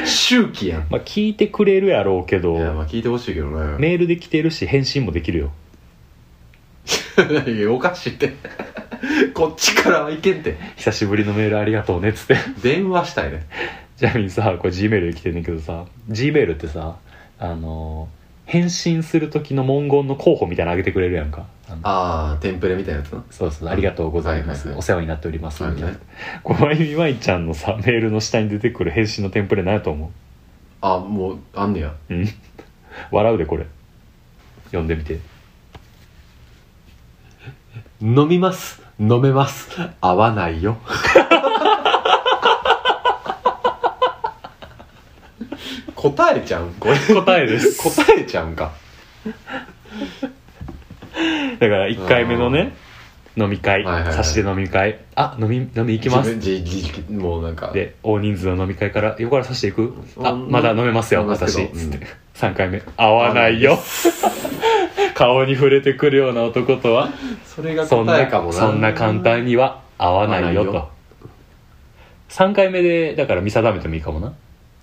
Speaker 2: な周期やん
Speaker 1: まあ聞いてくれるやろうけど
Speaker 2: いやまあ聞いてほしいけどね
Speaker 1: メールで来てるし返信もできるよ
Speaker 2: いやおかしいってこっちからはいけんって
Speaker 1: 久しぶりのメールありがとうねっつって
Speaker 2: 電話したいね
Speaker 1: ちなみにさこれ G メールで来てんねんけどさ G メールってさあのー返信する時の文言の候補みたいなのあげてくれるやんかあの
Speaker 2: ああテンプレみたいなやつな
Speaker 1: そうそうありがとうございます、
Speaker 2: はいはいはい
Speaker 1: お世話になっております、
Speaker 2: はい
Speaker 1: み
Speaker 2: は
Speaker 1: たい
Speaker 2: い
Speaker 1: なこうまゆみまいちゃんのさメールの下に出てくる返信のテンプレ何やと思
Speaker 2: あもうあんねや
Speaker 1: ううん 笑うでこれ読んでみて
Speaker 2: 飲みます飲めます合わないよ 答えちゃうんこれ
Speaker 1: 答えです
Speaker 2: 答えちゃうんか
Speaker 1: だから1回目のね飲み会、
Speaker 2: はいはいはい
Speaker 1: 差しで飲み会あ飲み飲み行きます
Speaker 2: 自分自自もうなんか
Speaker 1: で大人数の飲み会から横から差していくあ
Speaker 2: うん
Speaker 1: まだ飲めますよ
Speaker 2: 飲めます
Speaker 1: 私、
Speaker 2: けど
Speaker 1: つっ
Speaker 2: う
Speaker 1: て
Speaker 2: ん
Speaker 1: 3回目合わないよ顔に触れてくるような男とは
Speaker 2: それが
Speaker 1: そん
Speaker 2: 答え
Speaker 1: な
Speaker 2: かもな
Speaker 1: そんな簡単には合わないよ
Speaker 2: 合わないよ
Speaker 1: と3回目でだから見定めてもいいかもな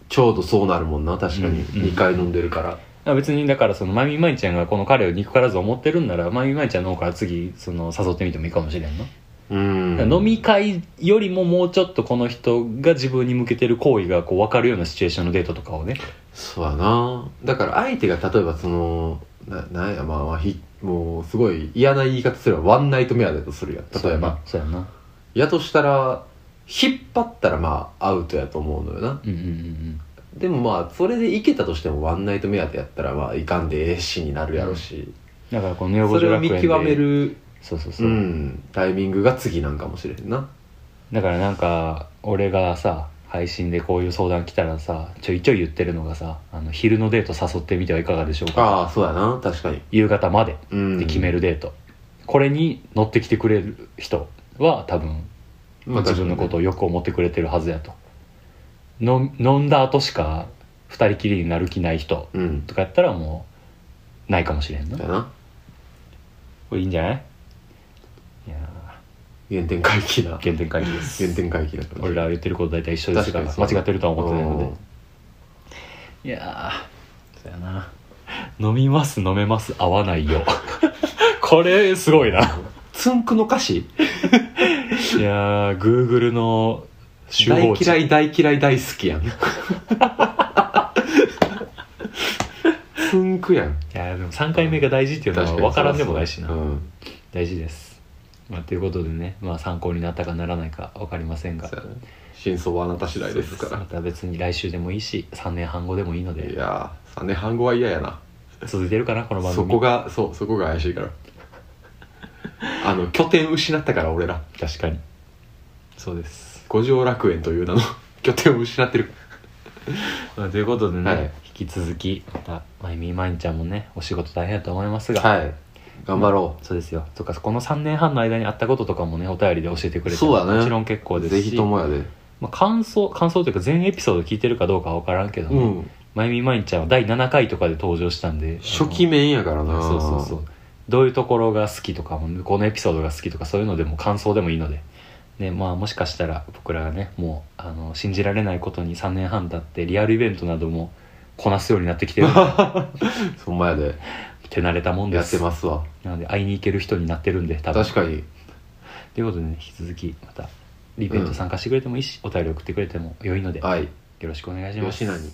Speaker 2: ちょうどそうなるもんな確かに、
Speaker 1: うんうん
Speaker 2: 二2回飲んでるから
Speaker 1: あ別にだからそのまみまいちゃんがこの彼を憎からず思ってるんならまみまいちゃんの方から次その誘ってみてもいいかもしれんな、
Speaker 2: うん
Speaker 1: だから飲み会よりももうちょっとこの人が自分に向けてる行為がこう分かるようなシチュエーションのデートとかをね
Speaker 2: そうやなだから相手が例えばそのななんやまあまあひもうすごい嫌な言い方すればワンナイトメアだとするやん例えば
Speaker 1: そうやな
Speaker 2: やとしたら引っ張ったらまあアウトやと思うのよな
Speaker 1: うんうんうんうん
Speaker 2: でもまあそれでいけたとしてもワンナイトメアでやったらまあいかんでええしになるやろし、
Speaker 1: だからこのネオ
Speaker 2: そ
Speaker 1: ゴジョ
Speaker 2: れを
Speaker 1: 楽
Speaker 2: 見
Speaker 1: 園で
Speaker 2: 極める
Speaker 1: そうそう
Speaker 2: う
Speaker 1: そう、
Speaker 2: んタイミングが次なんかもしれへんな
Speaker 1: だからなんか俺がさ配信でこういう相談来たらさちょいちょい言ってるのがさあの昼のデート誘ってみてはいかがでしょうか
Speaker 2: ああそうやな確かに
Speaker 1: 夕方まで
Speaker 2: うん
Speaker 1: で決めるデート、これに乗ってきてくれる人は多分
Speaker 2: まあ
Speaker 1: 自分のこと
Speaker 2: 確か
Speaker 1: をよく思ってくれてるはずやと、の飲んだ後しか二人きりになる気ない人
Speaker 2: にねうん
Speaker 1: とかやったらもうないかもしれんな
Speaker 2: だよな
Speaker 1: これいいんじゃないいや
Speaker 2: 原点回帰な
Speaker 1: ー原点回帰です
Speaker 2: 原点回帰だから
Speaker 1: 俺らが言ってること大体一緒です
Speaker 2: 確
Speaker 1: か
Speaker 2: からに
Speaker 1: 間違ってるとは思ってないの
Speaker 2: うん
Speaker 1: でいやーそうやな飲みます飲めます合わないよ これすごいな
Speaker 2: つんくの歌詞
Speaker 1: いやー Google の集
Speaker 2: 大
Speaker 1: 合値
Speaker 2: 嫌い大嫌い大好きやんつんくやん
Speaker 1: いやーでも3回目が大事っていうのは分からんでもないしな、
Speaker 2: うん
Speaker 1: 大事です、まあ、ということでね、まあ、参考になったかならないか分かりませんが
Speaker 2: そうやね真相はあなた次第です
Speaker 1: そうま
Speaker 2: か
Speaker 1: た別に来週でもいいし3年半後でもいいの
Speaker 2: らい
Speaker 1: で
Speaker 2: やー3年半後は嫌やな
Speaker 1: 続いてるかなこの番組
Speaker 2: そこがそうそこが怪しいから あの拠点失ったから俺ら
Speaker 1: 確かにそうです、
Speaker 2: 五条楽園という名の 拠点を失ってる
Speaker 1: まあ、ということでね、
Speaker 2: はい
Speaker 1: 引き続きまたまゆみまゆみちゃんもねお仕事大変だと思いますが、
Speaker 2: はい頑張ろ
Speaker 1: そうですよとかこの3年半の間にあったこととかもねお便りで教えてくれて
Speaker 2: そうだね
Speaker 1: もちろん結構
Speaker 2: う、
Speaker 1: です
Speaker 2: ぜ
Speaker 1: し
Speaker 2: ひともやで
Speaker 1: まあ、感想感想というか全エピソード聞いてるかどうかは分からんけど
Speaker 2: う
Speaker 1: ね、
Speaker 2: ん
Speaker 1: まゆみまゆみちゃんは第7回とかで登場したんで
Speaker 2: 初期面やから
Speaker 1: あ
Speaker 2: な
Speaker 1: のそうそうそうどういうところが好きとかもこのエピソードが好きとかそういうのでも感想でもいいので、ねまあ、もしかしたら僕らがねもうあの信じられないことに3年半経ってリアルイベントなどもこなすようになってきてる
Speaker 2: そんまやで
Speaker 1: 手慣れたもんで
Speaker 2: やって
Speaker 1: す
Speaker 2: ますわ
Speaker 1: なので会いに行ける人になってるんで多分
Speaker 2: 確かに
Speaker 1: ということでね引き続きまたイベン
Speaker 2: う
Speaker 1: ト
Speaker 2: ん
Speaker 1: 参加してくれてもいいし、お便り送ってくれても良いのでよ
Speaker 2: はい
Speaker 1: ろしくお願いします
Speaker 2: 吉野に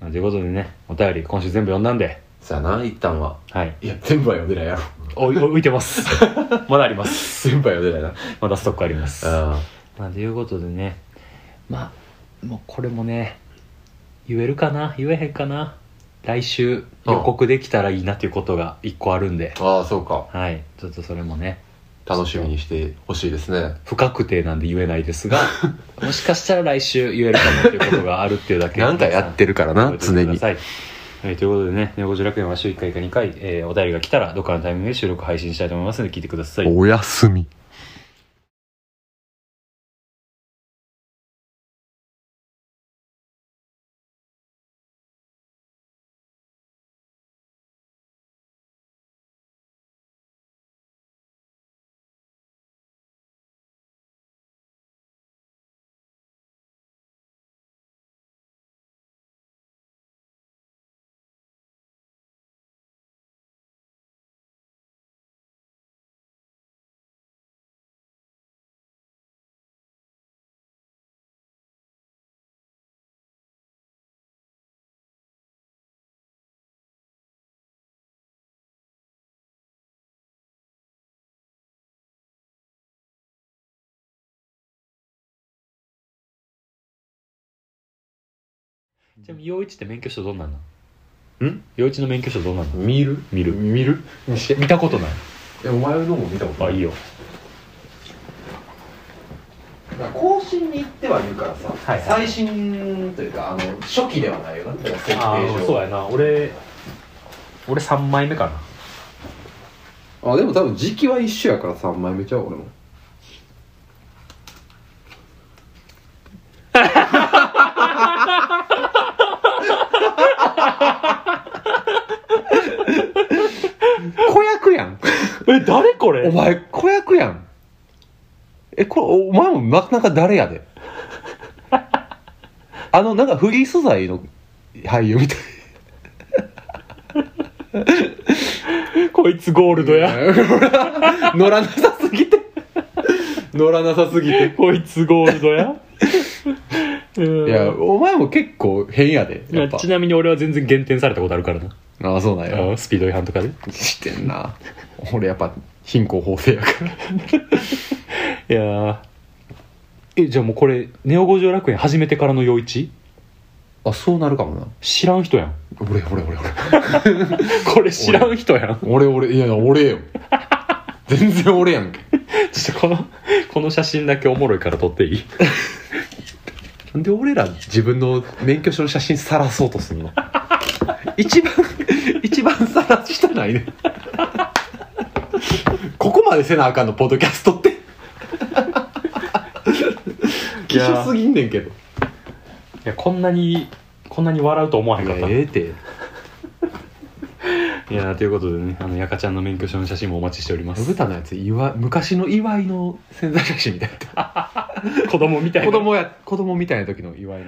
Speaker 1: ということでねお便り今週全部読んだんで
Speaker 2: さあな一旦は
Speaker 1: はい
Speaker 2: いや全部は読んでないやろ
Speaker 1: おい 浮いてますまだあります
Speaker 2: 全部は読んでない
Speaker 1: まだストックあります
Speaker 2: なうん
Speaker 1: まあ、ということでねまあもうこれもね言えるかな言えへんかな来週
Speaker 2: うん
Speaker 1: 予告できたらいいなということが一個あるんで、
Speaker 2: ああそうか
Speaker 1: はいちょっとそれもね
Speaker 2: 楽しみにしてほしいですね
Speaker 1: 不確定なんで言えないです がもしかしたら来週言えるかもということがあるっていうだけ
Speaker 2: なんかやってるからな
Speaker 1: 皆さん覚
Speaker 2: 常
Speaker 1: えておいて
Speaker 2: に
Speaker 1: くださいはい、ということでね「ネゴジ楽園」は週1回か2回、えーお便りが来たらどっかのタイミングで収録配信したいと思いますので聞いてください
Speaker 2: おやすみ
Speaker 1: ちなみに陽一って免許証どんなんなん陽一の免許証どんなんなん
Speaker 2: 見る
Speaker 1: 見る
Speaker 2: 見る見して
Speaker 1: 見たことない
Speaker 2: えお前のも見たこと
Speaker 1: あ
Speaker 2: ない
Speaker 1: いよ
Speaker 2: だから更新に行ってはいるからさ、
Speaker 1: はいはい
Speaker 2: 最新というかあの初期ではないよなだから設定
Speaker 1: あー
Speaker 2: 上
Speaker 1: そうやな俺俺3枚目かな
Speaker 2: あでも多分時期は一緒やから3枚目ちゃう俺も 子役やん
Speaker 1: え誰こ
Speaker 2: お前子役やんえこれお前もなかなか誰やで あのなんかフリー素材の俳優みたい
Speaker 1: こいつゴールドや
Speaker 2: 乗らなさすぎて乗らなさすぎて
Speaker 1: こいつゴールド やうん
Speaker 2: いやお前も結構変やでやっぱ
Speaker 1: ちなみに俺は全然減点されたことあるからな、
Speaker 2: ああそうなんや
Speaker 1: うんスピード違反とかで
Speaker 2: してんな俺やっぱ貧困法制やから
Speaker 1: いやーえじゃあもうこれネオ五条楽園始めてからの陽一
Speaker 2: あそうなるかもな
Speaker 1: 知らん人やん
Speaker 2: 俺俺俺俺
Speaker 1: これ知らん人やん
Speaker 2: 俺俺いやいや俺 よ全然俺やんけ
Speaker 1: ちょっとこのこの写真だけおもろいから撮っていい
Speaker 2: なんで俺ら自分の免許証の写真さらそうとすん の一番一番さらしたないねここまでせなあかんのポッドキャストって希
Speaker 1: や
Speaker 2: 少すぎんねんけど
Speaker 1: いやこんなにこんなに笑うと思わへんかった
Speaker 2: ええて
Speaker 1: いやーということでねあのやかちゃんの免許証の写真もお待ちしております
Speaker 2: ぶたのやつ岩昔の祝いの宣材写真みたいな
Speaker 1: 子供みたいな
Speaker 2: 子供や子供みたいな時の祝いの